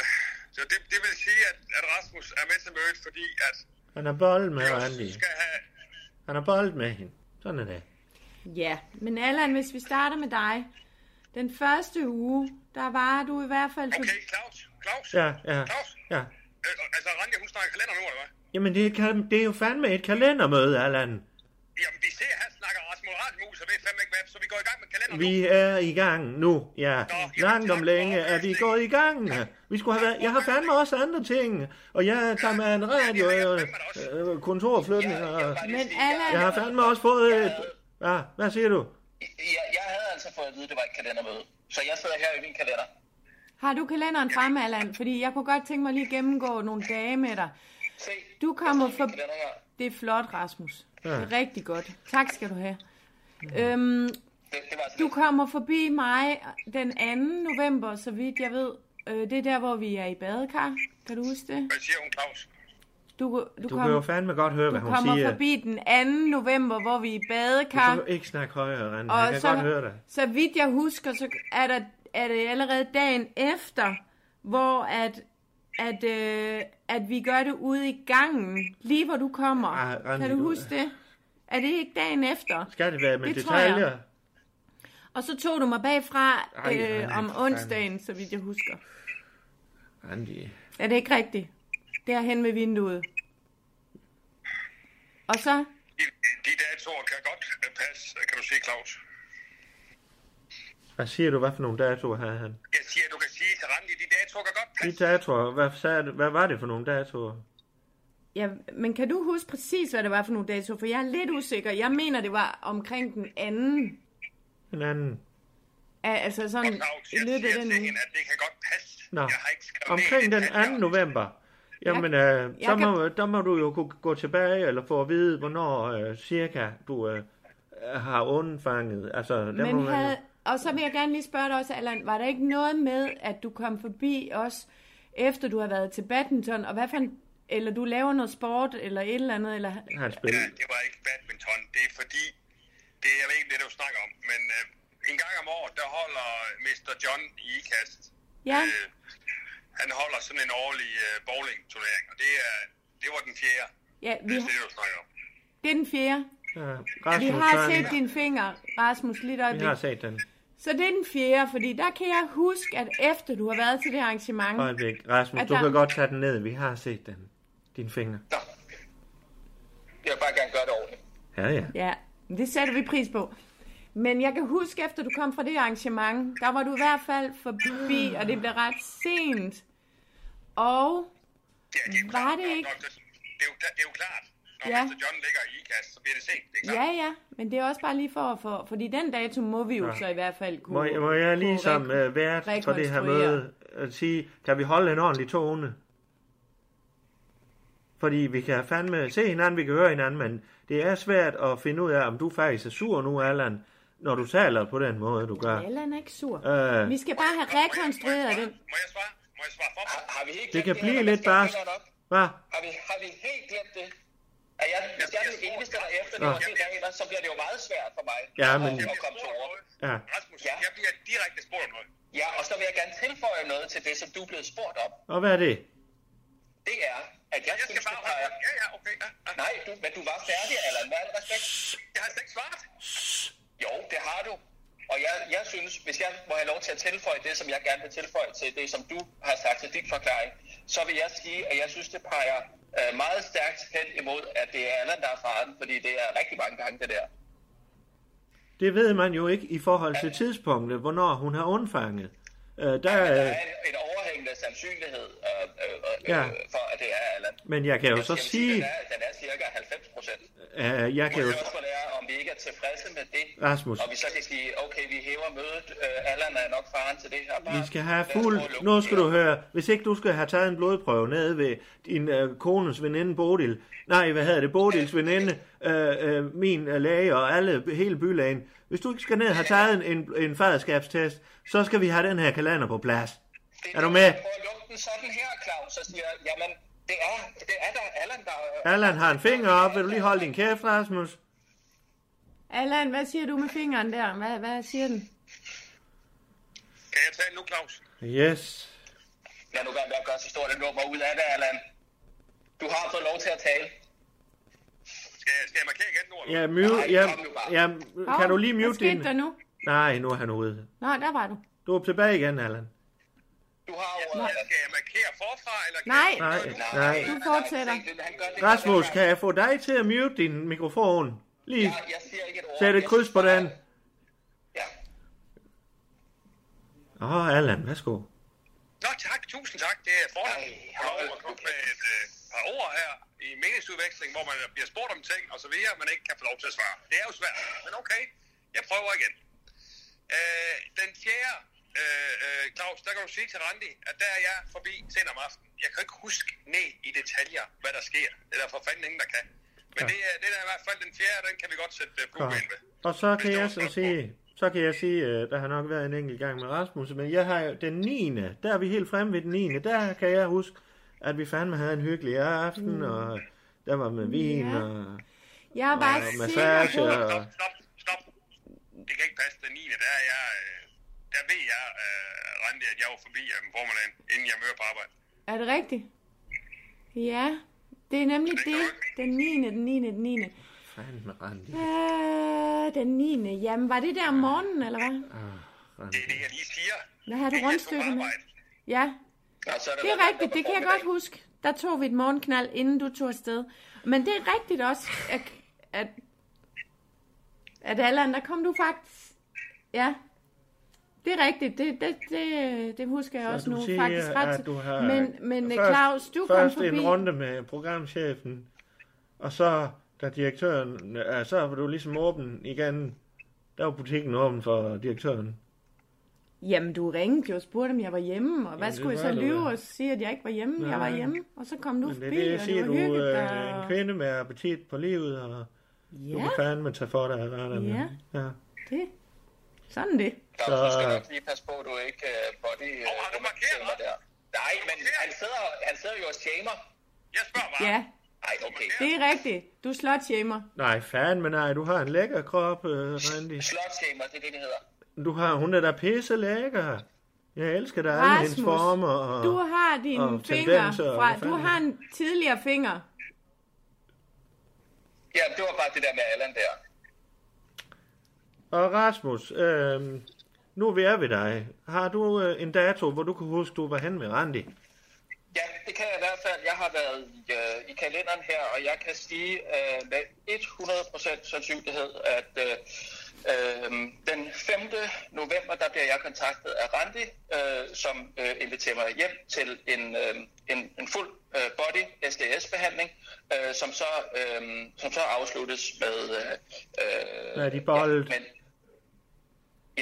Speaker 7: så det, det vil sige, at, at Rasmus er med til mødet, fordi at
Speaker 3: Han har bold med Randi.
Speaker 7: Claus skal have...
Speaker 3: Han har bold med hende. Sådan er det.
Speaker 5: Ja, men Allan, hvis vi starter med dig. Den første uge, der var du i hvert fald...
Speaker 7: Okay, Claus, Claus,
Speaker 3: Ja, ja,
Speaker 7: Claus.
Speaker 3: ja.
Speaker 7: Øh, altså, Randi, hun snakker kalender nu, eller hvad?
Speaker 3: Jamen, det er, et kal- det er jo fandme et kalendermøde, Allan.
Speaker 7: Jamen, vi ser, han snakker Rasmus Rasmus, og ved fandme ikke hvad, så vi går i gang med kalenderen nu.
Speaker 3: Vi er i gang nu, ja.
Speaker 7: jamen,
Speaker 3: Langt om
Speaker 7: tak
Speaker 3: længe
Speaker 7: for
Speaker 3: er vi
Speaker 7: oplysningen.
Speaker 3: gået i gang. Vi skulle have været, jeg har fandme også andre ting, og jeg tager med en radio
Speaker 7: Ja, det er
Speaker 3: og
Speaker 7: fandme da
Speaker 3: øh, kontorflytning, og
Speaker 5: Men
Speaker 3: jeg har fandme også fået et... Ja, hvad siger du?
Speaker 6: Jeg, jeg havde altså fået at vide, at det var et kalendermøde. Så jeg sidder her i min kalender.
Speaker 5: Har du kalenderen fremme, Allan? Fordi jeg kunne godt tænke mig lige at gennemgå nogle dage med dig.
Speaker 6: Se,
Speaker 5: Du kommer for...
Speaker 6: min kalender her.
Speaker 5: Det er flot, Rasmus. Det er rigtig godt. Tak skal du have. Øhm,
Speaker 6: Det, det var altså
Speaker 5: du kommer forbi mig den 2. november, så vidt jeg ved. Øh, det er der, hvor vi er i badekar. Kan du huske det?
Speaker 7: Hvad siger hun, Claus?
Speaker 5: Du, du,
Speaker 3: Du kan jo
Speaker 5: kom,
Speaker 3: fandme godt høre,
Speaker 5: du
Speaker 3: hvad hun
Speaker 5: kommer
Speaker 3: siger.
Speaker 5: forbi den 2. november, hvor vi er i
Speaker 3: Du
Speaker 5: badekar.
Speaker 3: kan jo ikke snakke højere, Rand.
Speaker 5: Og
Speaker 3: Jeg kan
Speaker 5: så,
Speaker 3: godt høre dig.
Speaker 5: så vidt jeg husker, så er, der, er det allerede dagen efter, hvor at, at, øh, at vi gør det ude i gangen, lige hvor du kommer.
Speaker 3: Ej, Ah, Randi,
Speaker 5: kan du
Speaker 3: du-
Speaker 5: huske det? Er det ikke dagen efter?
Speaker 3: Skal det være med
Speaker 5: Det tror jeg.
Speaker 3: detaljer?
Speaker 5: Og så tog du mig bagfra
Speaker 3: Ej,
Speaker 5: øh,
Speaker 3: Randi,
Speaker 5: om
Speaker 3: for
Speaker 5: onsdagen, så vidt jeg husker.
Speaker 3: Randi.
Speaker 5: Er det ikke rigtigt? Derhen ved vinduet. Og så
Speaker 7: De, de datoer kan godt øh, passe, øh, kan du sige, Claus.
Speaker 3: Hvad siger du, hvad for nogle datoer havde han?
Speaker 7: Jeg siger, at du kan sige til Randi, de datoer kan godt
Speaker 3: De
Speaker 7: passe.
Speaker 3: datoer, hvad, sagde du, hvad var det for nogle datoer?
Speaker 5: Ja, men kan du huske præcis, hvad det var for nogle datoer? For jeg er lidt usikker. Jeg mener, det var omkring den anden.
Speaker 3: En anden.
Speaker 5: Al- Altså
Speaker 7: Og
Speaker 5: sådan
Speaker 7: Claus,
Speaker 5: i
Speaker 7: jeg
Speaker 5: løbet af
Speaker 7: siger
Speaker 5: den
Speaker 7: til
Speaker 5: uge.
Speaker 7: hende, at det kan godt passe.
Speaker 3: Nå,
Speaker 7: Jeg har ikke skrevet
Speaker 3: omkring
Speaker 7: ned
Speaker 3: den
Speaker 7: i
Speaker 3: 2.
Speaker 7: detaljer.
Speaker 3: november. Jamen, øh, så,
Speaker 5: jeg kan-
Speaker 3: må, der må du jo kunne gå tilbage eller få at vide, hvornår øh, cirka du øh, har undfanget. Altså, der må
Speaker 5: Men
Speaker 3: man,
Speaker 5: havde, og så vil jeg gerne lige spørge dig også, Allan, var der ikke noget med, at du kom forbi os, efter du har været til badminton, og hvad fanden, eller du laver noget sport, eller et eller andet, eller...
Speaker 3: Han spiller.
Speaker 7: Ja, det var ikke badminton. Det er fordi, det er jeg ved ikke, det du snakker om, men øh, en gang om året, der holder Mr. John i IKAST.
Speaker 5: Ja.
Speaker 7: Øh, han holder sådan en årlig øh, bowling-turnering, og det, er, det var den fjerde,
Speaker 5: Ja, vi,
Speaker 7: hvis det er det, du snakker om.
Speaker 5: det er den fjerde.
Speaker 3: Ja,
Speaker 5: Vi
Speaker 3: Rasmus,
Speaker 5: har
Speaker 3: Søren,
Speaker 5: set dine fingre, Rasmus, lidt
Speaker 3: Vi
Speaker 5: øjeblik.
Speaker 3: har set den.
Speaker 5: Så det er den fjerde, fordi der kan jeg huske, at efter du har været til det arrangement,
Speaker 3: Øjeblik. Rasmus,
Speaker 5: At
Speaker 3: du
Speaker 5: der-
Speaker 3: kan godt tage den ned. Vi har set den. Dine fingre.
Speaker 7: Nå. Jeg vil bare gerne gøre det ordentligt.
Speaker 3: Ja, ja.
Speaker 5: Ja, det sætter vi pris på. Men jeg kan huske, efter du kom fra det arrangement, der var du i hvert fald forbi, og det blev ret sent. Og
Speaker 7: Ja, det er jo
Speaker 5: Var
Speaker 7: klart.
Speaker 5: det
Speaker 7: Når-
Speaker 5: ikke?
Speaker 7: når det, det, er jo, det er jo klart. Når
Speaker 5: Ja.
Speaker 7: ja. Mr. John ligger i IKAST, så bliver det sent. Det er klart.
Speaker 5: ja, ja, men det er også bare lige for at få, fordi den dato må vi jo
Speaker 3: Ja.
Speaker 5: ja. så i hvert fald kunne...
Speaker 3: Må, jeg- må jeg
Speaker 5: kunne
Speaker 3: ligesom
Speaker 5: rek-
Speaker 3: øh, vært for det her
Speaker 5: rekonstruere.
Speaker 3: møde at sige, kan vi holde en ordentlig tone? Fordi vi kan fandme se hinanden, vi kan høre hinanden, men det er svært at finde ud af, om du faktisk er sur nu, Allan, når du taler på den måde, du gør.
Speaker 5: Allan er ikke sur.
Speaker 3: Øh,
Speaker 5: Vi skal bare have rekonstrueret den.
Speaker 7: Må jeg svare? Må jeg svare for mig?
Speaker 6: Har, har vi helt
Speaker 3: det
Speaker 6: glemt
Speaker 3: kan blive
Speaker 6: her,
Speaker 3: lidt
Speaker 6: der skal
Speaker 3: barsk.
Speaker 6: fingrene op?
Speaker 3: Hvad?
Speaker 6: Har vi, har vi helt glemt det? Er jeg, hvis jeg er den eneste, der
Speaker 3: Nå.
Speaker 6: efterlever de regler, så bliver det jo meget svært for mig
Speaker 3: Ja,
Speaker 6: at-
Speaker 3: men-
Speaker 6: at komme til ord.
Speaker 3: Ja.
Speaker 7: Rasmus,
Speaker 6: Ah, Ja.
Speaker 7: ja. jeg bliver direkte spurgt om noget.
Speaker 6: Ja, og så vil jeg gerne tilføje noget til det, som du er blevet spurgt om.
Speaker 3: Og hvad er det?
Speaker 6: Det er, at jeg,
Speaker 7: Jeg skal
Speaker 6: synes,
Speaker 7: bare...
Speaker 6: du har...
Speaker 7: Ja, ja, okay. Ja, ja.
Speaker 6: Nej, du, men du var færdig, Allan. Med al respekt.
Speaker 7: Jeg har slet ikke svaret.
Speaker 6: Jo, det har du. Og jeg, jeg synes, hvis jeg må have lov til at tilføje det, som jeg gerne vil tilføje til det, som du har sagt til din forklaring, så vil jeg sige, at jeg synes, det peger øh, meget stærkt hen imod, at det er Allan, der er faren, fordi det er rigtig mange gange, det der.
Speaker 3: Det ved man jo ikke i forhold til tidspunktet, hvornår hun har undfanget. Øh, der,
Speaker 6: Der
Speaker 3: øh,
Speaker 6: er en, en overhængende sandsynlighed øh, øh, øh,
Speaker 3: Ja.
Speaker 6: ja. for, at det er Allan.
Speaker 3: men jeg kan jo
Speaker 6: Jeg
Speaker 3: så
Speaker 6: vil sige,
Speaker 3: sige,
Speaker 6: Den er, den er cirka 90 procent.
Speaker 3: øh, jeg kan jo,
Speaker 6: Spørgsmålet er, om vi ikke er tilfredse med det,
Speaker 3: Rasmus,
Speaker 6: og vi så kan sige, okay, vi hæver mødet, øh, Allan er nok faren til det her barn.
Speaker 3: Vi skal have
Speaker 6: Lad os
Speaker 3: fuld...
Speaker 6: prøve at lukke
Speaker 3: Nu
Speaker 6: det
Speaker 3: skal
Speaker 6: her.
Speaker 3: du høre. Hvis ikke du skal have taget en blodprøve nede ved din øh, kones veninde Bodil. Nej, hvad hedder det? Bodils veninde, øh, øh, min øh, læge og alle, hele bylægen. Hvis du ikke skal ned og have taget en, en, en faderskabstest, så skal vi have den her kalender på plads.
Speaker 6: Det
Speaker 3: Er du med?
Speaker 6: Jeg prøver at lukke den sådan her, Claus, og siger, jamen, det er, det er der Allan, der...
Speaker 3: Allan har en finger op. Vil du lige holde din kæft, Rasmus?
Speaker 5: Allan, hvad siger du med fingeren der? Hvad, hvad siger den?
Speaker 7: Kan jeg tale nu, Claus?
Speaker 3: Yes.
Speaker 6: Lad nu være med at gøre så stort et nummer ud af det, Allan. Du har fået lov til at tale.
Speaker 7: Skal jeg, skal jeg markere igen nu? eller
Speaker 3: Ja, mute, ja, ja, kan du lige
Speaker 5: Hvad
Speaker 3: mute
Speaker 5: skete
Speaker 3: din...
Speaker 5: der nu?
Speaker 3: Nej, nu er han ude.
Speaker 5: Nå, der var du.
Speaker 3: Du er tilbage igen, Allan.
Speaker 6: Du har jo...
Speaker 7: hvad? Ja, Skal jeg markere forfra, eller... kan
Speaker 5: Nej,
Speaker 7: jeg-
Speaker 3: Nej, nej.
Speaker 5: Du fortsætter.
Speaker 6: Han gør det
Speaker 3: Rasmus,
Speaker 6: hver gang.
Speaker 3: kan jeg få dig til at mute din mikrofon? Lige
Speaker 6: Jeg, jeg siger ikke et ord.
Speaker 3: sæt et
Speaker 6: Jeg
Speaker 3: kryds
Speaker 6: synes
Speaker 3: på
Speaker 6: bare-
Speaker 3: den.
Speaker 6: Ja.
Speaker 3: Åh, oh, Allan, værsgo.
Speaker 7: Nå, tak. Tusind tak. Det er fornemt
Speaker 6: Ej,
Speaker 7: at få lov at komme med et øh, par ord her i meningsudveksling, hvor man bliver spurgt om ting og så videre, man ikke kan få lov til at svare. Det er jo svært, men okay. Jeg prøver igen. Øh, den fjerde, øh, øh, Claus, der kan du sige til Randi, at der er jeg forbi sent om aftenen. Jeg kan ikke huske ned i detaljer, hvad der sker. Det er der for fanden ingen, der kan. Men
Speaker 3: Ja.
Speaker 7: det, er, det der er i hvert fald den fjerde, den kan vi godt sætte øh, Google ind ved.
Speaker 3: Og så kan jeg så sige, så kan jeg sige, øh, der har nok været en enkelt gang med Rasmus, men jeg har jo den 9. Der er vi helt fremme ved den 9. Der kan jeg huske, at vi fandme havde en hyggelig aften, og der var med vin,
Speaker 5: Mm. Ja.
Speaker 3: og
Speaker 5: Jeg er bare
Speaker 3: Og
Speaker 5: sikker
Speaker 3: massage
Speaker 5: på...
Speaker 3: og-
Speaker 7: Stop, stop, stop. Det kan ikke passe. Den 9. der er jeg... øh, Der ved jeg, øh, Randi, at jeg var forbi øh, om formiddagen, inden jeg møder på arbejde.
Speaker 5: Er det rigtigt? Ja, det er nemlig det. Den 9. den 9. den 9.
Speaker 3: fandme Randi.
Speaker 5: Øh, den 9. Jamen, var det der om morgenen, eller hvad?
Speaker 7: Det er det, jeg lige siger.
Speaker 5: Hvad har du
Speaker 7: Inden jeg tog på
Speaker 5: rundstykket med?
Speaker 7: arbejde.
Speaker 5: Ja,
Speaker 6: Nå, så
Speaker 5: det er rigtigt. Det kan jeg godt huske. Der tog vi et morgenknald, inden du tog afsted. Men det er rigtigt også, at, at, at Allan, der kom du faktisk... Ja, det er rigtigt. Det, det, det, det husker jeg
Speaker 3: Og
Speaker 5: også nu
Speaker 3: du siger,
Speaker 5: faktisk ret.
Speaker 3: at du har...
Speaker 5: men men
Speaker 3: først-
Speaker 5: først, Claus, du kom
Speaker 3: først
Speaker 5: forbi...
Speaker 3: en runde med programchefen, og så, da direktøren... Ja, så var du ligesom åben igen. Der var butikken åben for direktøren.
Speaker 5: Jamen, du ringede jo og spurgte, om jeg var hjemme, og
Speaker 3: Jamen,
Speaker 5: hvad
Speaker 3: det
Speaker 5: skulle jeg
Speaker 3: var du,
Speaker 5: så lyve
Speaker 3: ja.
Speaker 5: og sige, at jeg ikke var hjemme? Jeg var
Speaker 3: Nej.
Speaker 5: hjemme, og så kom du
Speaker 3: Men det er
Speaker 5: forbi,
Speaker 3: det, jeg siger,
Speaker 5: og
Speaker 3: du
Speaker 5: det var hyggeligt.
Speaker 3: er
Speaker 5: og-
Speaker 3: en kvinde med appetit på livet, og du
Speaker 5: Ja,
Speaker 3: kan fandme tage for dig af retterne.
Speaker 5: Ja.
Speaker 3: ja.
Speaker 5: det. Sådan det.
Speaker 6: Claus,
Speaker 3: Så-
Speaker 6: så... du skal nok lige passe på, at du ikke uh, body... Åh, oh, har du markeret der? Nej, men han sidder, han sidder jo og shamer.
Speaker 5: Ja,
Speaker 6: Nej, okay.
Speaker 5: det er rigtigt. Du slår tjemer.
Speaker 3: Nej, fandme nej, du har en lækker krop, øh, Randi.
Speaker 6: Slot shamer, det er det, det hedder.
Speaker 3: Du har, hun er da pisse lækker. Jeg elsker dig alle hendes
Speaker 5: Rasmus,
Speaker 3: former. Og...
Speaker 5: du har dine
Speaker 3: og
Speaker 5: fingre
Speaker 3: tendenser,
Speaker 5: fra...
Speaker 3: hvad
Speaker 5: Du
Speaker 3: fanden?
Speaker 5: har en tidligere finger.
Speaker 6: Ja, det var bare det der med Allan der.
Speaker 3: Og Rasmus, øh, nu er vi er ved dig. Har du øh, en dato, hvor du kan huske, du var hen med Randi?
Speaker 6: Ja, det kan jeg i hvert fald. Jeg har været i, øh, i kalenderen her, og jeg kan sige øh, med 100% sandsynlighed, at øh, øh, den 5. november, der bliver jeg kontaktet af Randi, øh, som øh, inviterer mig hjem til en, øh, en, en fuld øh, body SDS-behandling, øh, som, så, øh, som så afsluttes med... Øh, øh,
Speaker 3: Hvad er de bold?
Speaker 6: men,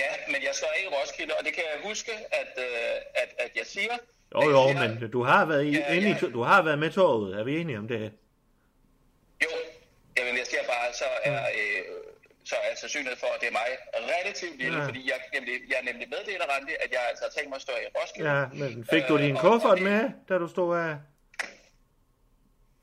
Speaker 6: ja, men jeg står ikke i Roskilde, og det kan jeg huske, at, øh, at, at jeg siger.
Speaker 3: Jo, jo, men du har været, i,
Speaker 6: Ja,
Speaker 3: ja, inde
Speaker 6: ja.
Speaker 3: I, to- du har været med toget. Er vi enige om det?
Speaker 6: Jo, jamen jeg siger bare, så er,
Speaker 3: Mm.
Speaker 6: øh, så er sandsynligheden for, at det er mig relativt lille,
Speaker 3: Ja.
Speaker 6: ja. fordi jeg nemlig, jeg nemlig meddeler Randi, at jeg altså har tænkt mig at stå i Roskilde.
Speaker 3: Ja, men fik du
Speaker 6: Øh,
Speaker 3: din
Speaker 6: og-
Speaker 3: kuffert med, da du stod af?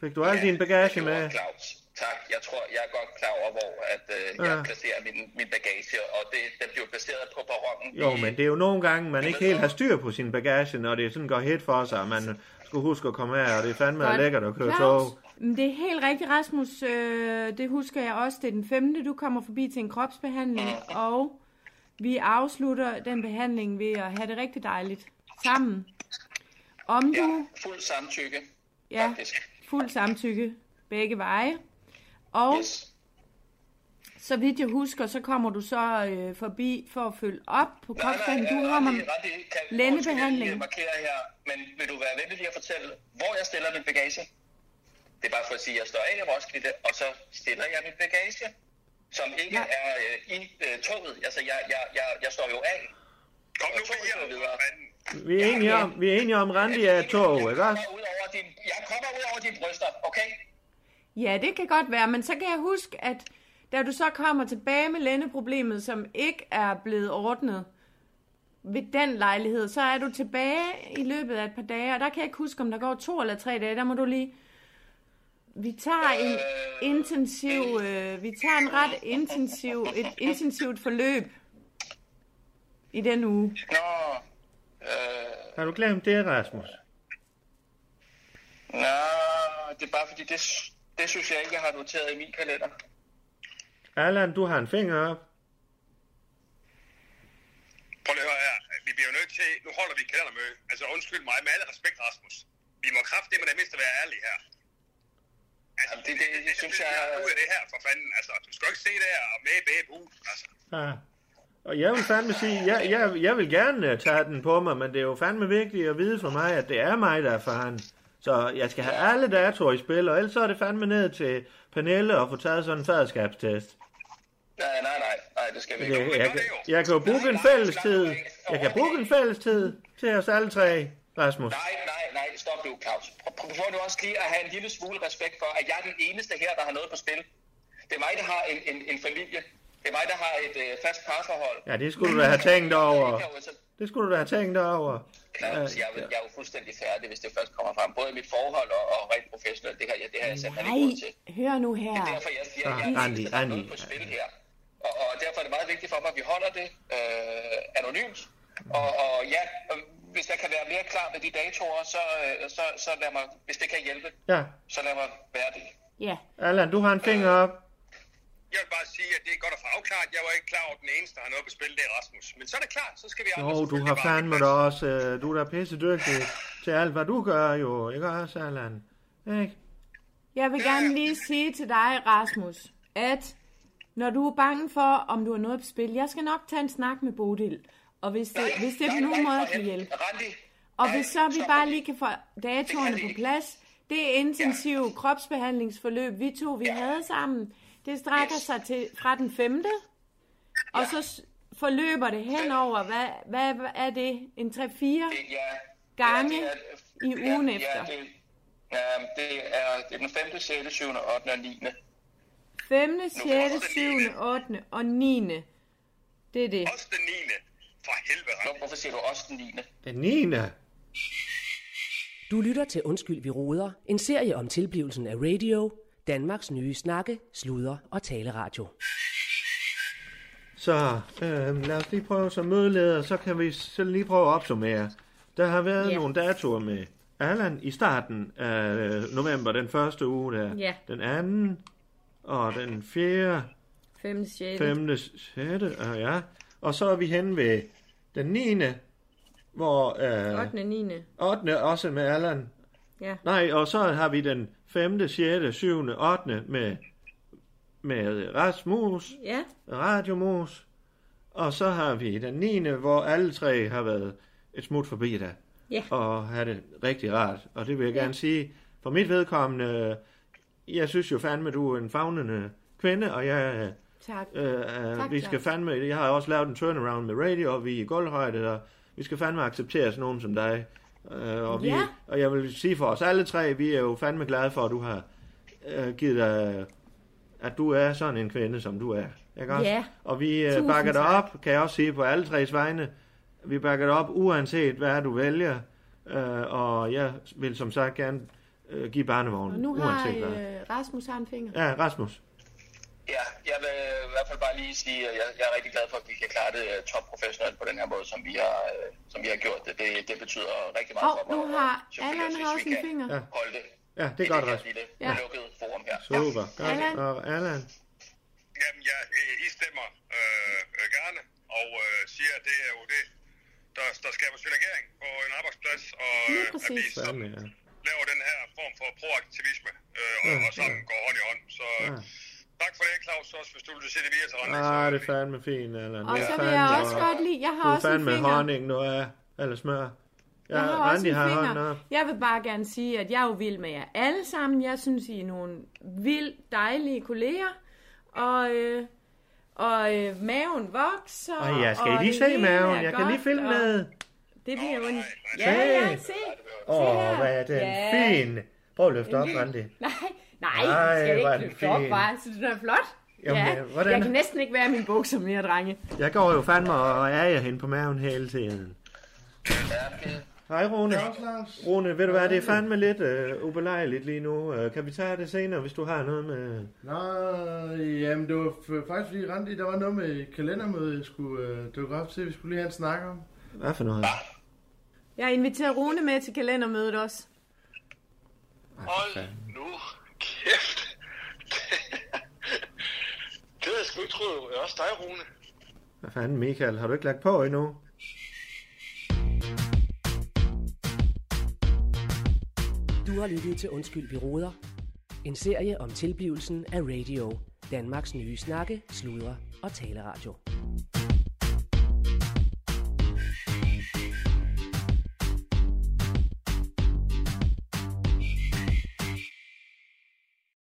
Speaker 3: Fik du al din bagage
Speaker 6: det gjorde
Speaker 3: med?
Speaker 6: Claus. Tak. Jeg tror, jeg er godt klar over, hvor at, øh, jeg
Speaker 3: Ja.
Speaker 6: placerer min, min bagage, og det, den bliver placeret på perronen.
Speaker 3: Jo, men det er jo nogle gange, man
Speaker 6: Det
Speaker 3: ikke
Speaker 6: ved
Speaker 3: helt
Speaker 6: jeg.
Speaker 3: har styr på sin bagage, når det sådan går helt for sig, og man skulle huske at komme af, og det er fandme
Speaker 5: Godt.
Speaker 3: lækkert at køre
Speaker 5: Claus,
Speaker 3: tog.
Speaker 5: men det er helt rigtigt, Rasmus. Øh, det husker jeg også. Det er den femte, du kommer forbi til en kropsbehandling, og vi afslutter den behandling ved at have det rigtig dejligt sammen. Om
Speaker 6: Ja,
Speaker 5: du...
Speaker 6: fuld samtykke, ja.
Speaker 5: Ja,
Speaker 6: faktisk.
Speaker 5: fuld samtykke begge veje. Og
Speaker 6: Yes.
Speaker 5: så vidt jeg husker, så kommer du så øh, forbi for at følge op på
Speaker 6: Nej, nej,
Speaker 5: kropsbehandling. Du
Speaker 6: øh,
Speaker 5: har
Speaker 6: Randi,
Speaker 5: mig...
Speaker 6: Randi, kan-
Speaker 5: lændebehandling.
Speaker 6: undskyld, jeg lige, øh, markerer her, men vil du være venlig lige at fortælle, hvor jeg stiller min bagage? Det er bare for at sige, at jeg står af i Roskilde, og så stiller jeg min bagage, som ikke
Speaker 5: Ja.
Speaker 6: er øh, i øh, toget. Altså, jeg, jeg, jeg, jeg står jo af. Kom nu, toget kører videre.
Speaker 3: Vi er enige om, vi er enige om Randi er et tog, ikke
Speaker 6: Jeg
Speaker 3: også?
Speaker 6: kommer ud over din, jeg kommer ud over dine bryster, okay?
Speaker 5: Ja, det kan godt være, men så kan jeg huske, at da du så kommer tilbage med lændeproblemet, som ikke er blevet ordnet ved den lejlighed, så er du tilbage i løbet af et par dage, og der kan jeg ikke huske, om der går to eller tre dage, der må du lige... Vi tager en intensiv, øh, vi tager en ret intensiv, et intensivt forløb i den uge.
Speaker 6: Nå, øh,
Speaker 3: Har du glemt det, Rasmus?
Speaker 6: nå, det er bare fordi, det, det synes jeg ikke, jeg har noteret i min kalender.
Speaker 3: Allan, du har en finger op.
Speaker 7: Prøv lige at høre her. Vi bliver jo nødt til... Nu holder vi kalendermøde. Altså, undskyld mig. Med alle respekt, Rasmus. Vi må kraftedeme med det mindste være ærlige her. Altså,
Speaker 6: Jamen, det- det- det synes jeg-
Speaker 7: er ud af det her, for fanden. Altså, du skal jo ikke se det her og med babe ud. Altså,
Speaker 3: Ja. Ah. Og jeg vil fandme sige, jeg, jeg, jeg vil gerne øh, tage den på mig, men det er jo fandme vigtigt at vide for mig, at det er mig, der er faren. Så jeg skal have alle datoer i spil, og ellers så er det fandme ned til Pernille og få taget sådan en faderskabstest.
Speaker 6: Nej, nej, nej, nej, det skal vi ikke.
Speaker 3: Jeg, jeg, jeg, jeg kan jo booke en fælles tid. Jeg kan booke en fælles tid til os alle tre, Rasmus.
Speaker 6: Nej, nej, nej, stop nu, Claus. Prøv- Prøv prøv nu også lige at have en lille smule respekt for, at jeg er den eneste her, der har noget på spil. Det er mig, der har en, en, en familie. Det er mig, der har et øh, fast parforhold.
Speaker 3: Ja, det skulle du da have tænkt over.
Speaker 6: Jeg er jo så-
Speaker 3: Det skulle du da have tænkt over.
Speaker 6: Claus, jeg, er- jeg er jo fuldstændig færdig, hvis det først kommer frem. Både i mit forhold og, og rent professionelt. Det, her, ja, det har jeg simpelthen ikke grund til.
Speaker 5: Nej, hør nu her.
Speaker 6: Det er derfor, jeg siger, at jeg
Speaker 3: Ah,
Speaker 6: er den
Speaker 3: Randi,
Speaker 6: eneste, der har
Speaker 3: Randi.
Speaker 6: noget på spil her. Og, og derfor er det meget vigtigt for mig, at vi holder det øh, anonymt. Og, og ja, og hvis jeg kan være mere klar med de datoer, så, øh, så, så lad mig, hvis det kan hjælpe,
Speaker 3: Ja,
Speaker 6: så lad mig være det.
Speaker 5: Ja,
Speaker 3: Allan, du har en finger op.
Speaker 7: jeg vil bare sige, at det er godt at få afklaret. Jeg var ikke klar over, at den eneste, der har noget på spil, det er Rasmus. Men så er det klart, så skal vi andre
Speaker 3: Jo, oh, du
Speaker 7: selvfølgelig
Speaker 3: har
Speaker 7: bare-
Speaker 3: fandme da også, øh, du er da pissedygtig til alt, hvad du gør jo, ikke også, Allan? Ikke?
Speaker 5: Jeg vil gerne lige sige til dig, Rasmus, at når du er bange for, om du har noget på spil, jeg skal nok tage en snak med Bodil. Og hvis det, hvis det på nogen måde kan hjælpe.
Speaker 6: Randi,
Speaker 5: Og hvis så vi bare lige kan få
Speaker 6: kan
Speaker 5: datoerne
Speaker 6: det
Speaker 5: på
Speaker 6: ikke.
Speaker 5: plads, det intensive kropsbehandlingsforløb, vi to vi havde sammen, det strækker
Speaker 6: Yes.
Speaker 5: sig til fra den 5. Og så s- forløber det henover, hvad, hvad hvad er det, en 3-4?
Speaker 6: ja,
Speaker 5: gange
Speaker 6: ja,
Speaker 5: i ugen
Speaker 6: ja,
Speaker 5: efter.
Speaker 6: Ja, det, ja, det, er, det er den 5., 6., 7., 8. og 9.
Speaker 5: 5., 6., 7., 8. og 9. Det er det.
Speaker 7: Også den 9. helvede. Nå, hvorfor siger du også den 9.
Speaker 3: Den 9.
Speaker 10: Du lytter til Undskyld, vi roder, en serie om tilblivelsen af radio, Danmarks nye snakke, sludre og taleradio.
Speaker 3: Så øh, lad os lige prøve som mødeleder, så kan vi så lige prøve at opsummere. Der har været
Speaker 11: Ja.
Speaker 3: yeah. nogle datoer med Allan i starten af november, den første uge der.
Speaker 11: Ja.
Speaker 3: Den anden, og den fjerde,
Speaker 11: 5. 6.
Speaker 3: femte, sjette, og ja. Og så er vi hen ved den 9. Hvor øh,
Speaker 11: 8. 9.
Speaker 3: 8. også med Allan.
Speaker 11: Ja.
Speaker 3: Nej, og så har vi den 5., 6., 7., 8. med, med Rasmus,
Speaker 11: Ja.
Speaker 3: Radiomus. Og så har vi den 9., hvor alle tre har været et smut forbi der.
Speaker 11: Ja.
Speaker 3: Og har det rigtig rart. Og det vil jeg gerne sige, for mit vedkommende, jeg synes jo fandme, du er en fagnende kvinde, og jeg øh,
Speaker 11: Tak.
Speaker 3: Øh,
Speaker 11: Tak,
Speaker 3: øh, vi skal
Speaker 11: Claus.
Speaker 3: fandme, jeg har også lavet en turnaround med radio, og vi er i gulvhøjde, og vi skal fandme acceptere sådan nogen som dig. Øh, og, vi,
Speaker 11: Ja.
Speaker 3: og jeg vil sige for os alle tre, vi er jo fandme glade for, at du har øh, givet dig, at du er sådan en kvinde, som du er. Ikke også?
Speaker 11: Ja.
Speaker 3: Og vi øh,
Speaker 11: Tusind
Speaker 3: bakker dig
Speaker 11: tak.
Speaker 3: op, kan jeg også sige på alle tres vegne. Vi bakker dig op, uanset hvad du vælger. Øh, og jeg vil som sagt gerne øh, give
Speaker 5: Og
Speaker 3: barnevognen,
Speaker 5: nu har
Speaker 3: uanset hvad.
Speaker 5: øh, Rasmus har en finger.
Speaker 3: Ja, Rasmus.
Speaker 6: Ja, jeg vil i hvert fald bare lige sige, at jeg, jeg er rigtig glad for, at vi kan klare det øh, topprofessionelt på den her måde, som vi har, øh, som vi har gjort det. det. Det betyder rigtig meget
Speaker 5: Hov,
Speaker 6: for øh, mig.
Speaker 5: nu har
Speaker 6: og selvfølgelig
Speaker 5: Allan
Speaker 6: også,
Speaker 5: har
Speaker 6: hvis
Speaker 5: også
Speaker 6: vi
Speaker 5: en
Speaker 6: kan
Speaker 5: finger.
Speaker 3: Ja.
Speaker 6: Holde det
Speaker 3: Ja, det er
Speaker 6: i
Speaker 3: godt,
Speaker 6: det her
Speaker 3: Rasmus.
Speaker 6: lille
Speaker 5: Ja.
Speaker 6: lukkede forum her.
Speaker 3: Super. Godt.
Speaker 5: Allan.
Speaker 3: Og Allan.
Speaker 7: Jamen, jeg, øh, I stemmer øh, øh, gerne, og øh, siger, at det er jo det, der, der skaber synergering på en arbejdsplads, og
Speaker 5: Lige
Speaker 7: øh, at vi
Speaker 5: præcis.
Speaker 7: sammen
Speaker 3: Fandme, ja.
Speaker 7: laver den her form for proaktivisme, øh, og,
Speaker 3: Ja,
Speaker 7: og sammen
Speaker 3: ja.
Speaker 7: går hånd i hånd. Så
Speaker 3: Ja.
Speaker 7: øh, tak for det, Claus, også hvis du vil sige det videre til Randers.
Speaker 3: Ah, det er fandme fint, Allan.
Speaker 5: Og
Speaker 3: Det er
Speaker 5: så vil
Speaker 3: fandme
Speaker 5: jeg også
Speaker 3: godt.
Speaker 5: godt lide, jeg
Speaker 3: Du
Speaker 5: har
Speaker 3: er
Speaker 5: også en
Speaker 3: fandme
Speaker 5: finger.
Speaker 3: honning nu af, eller smør. Ja,
Speaker 5: Jeg har også
Speaker 3: Randi
Speaker 5: en
Speaker 3: har
Speaker 5: finger.
Speaker 3: hånden op.
Speaker 5: Jeg vil bare gerne sige, at jeg er jo vild med jer alle sammen. Jeg synes, I er nogle vildt dejlige kolleger. Og, øh, og øh, maven vokser.
Speaker 3: Og jeg skal
Speaker 5: og
Speaker 3: lige
Speaker 5: det
Speaker 3: se
Speaker 5: hele
Speaker 3: maven.
Speaker 5: er
Speaker 3: Jeg kan
Speaker 5: godt,
Speaker 3: lige filme
Speaker 5: og
Speaker 3: med.
Speaker 5: Det bliver jo en... Ja,
Speaker 3: Hey.
Speaker 5: ja, se.
Speaker 3: Åh,
Speaker 5: her.
Speaker 3: oh, hvad er den
Speaker 5: Ja.
Speaker 3: fin. Prøv at løfte op, Randi.
Speaker 5: Nej, nej,
Speaker 3: Ej,
Speaker 5: skal
Speaker 3: hvor er den
Speaker 5: ikke løfte op
Speaker 3: fin.
Speaker 5: bare. Så det er flot.
Speaker 3: Jamen,
Speaker 5: ja,
Speaker 3: øh, hvordan-
Speaker 5: Jeg kan næsten ikke være i mine bukser mere, drenge.
Speaker 3: Jeg går jo fandme og er jeg hende på maven hele tiden. Hej Rune. Rune, ved du hvad, det er fandme lidt øh, ubelejligt lige nu. Øh, kan vi tage det senere, hvis du har noget med...
Speaker 8: Nå, jamen det var f- faktisk fordi, Randi, der var noget med et kalendermøde, jeg skulle øh, dukke op til, vi skulle lige have en snak om.
Speaker 3: Hvad for noget?
Speaker 5: Jeg har inviteret Rune med til kalendermødet også.
Speaker 7: Hold nu kæft. det havde jeg sgu ikke troet. Det er Også dig, Rune.
Speaker 3: Hvad fanden, Michael? Har du ikke lagt på endnu?
Speaker 10: Du har lyttet til Undskyld, vi roder. En serie om tilblivelsen af radio, Danmarks nye snakke, sludre og taleradio.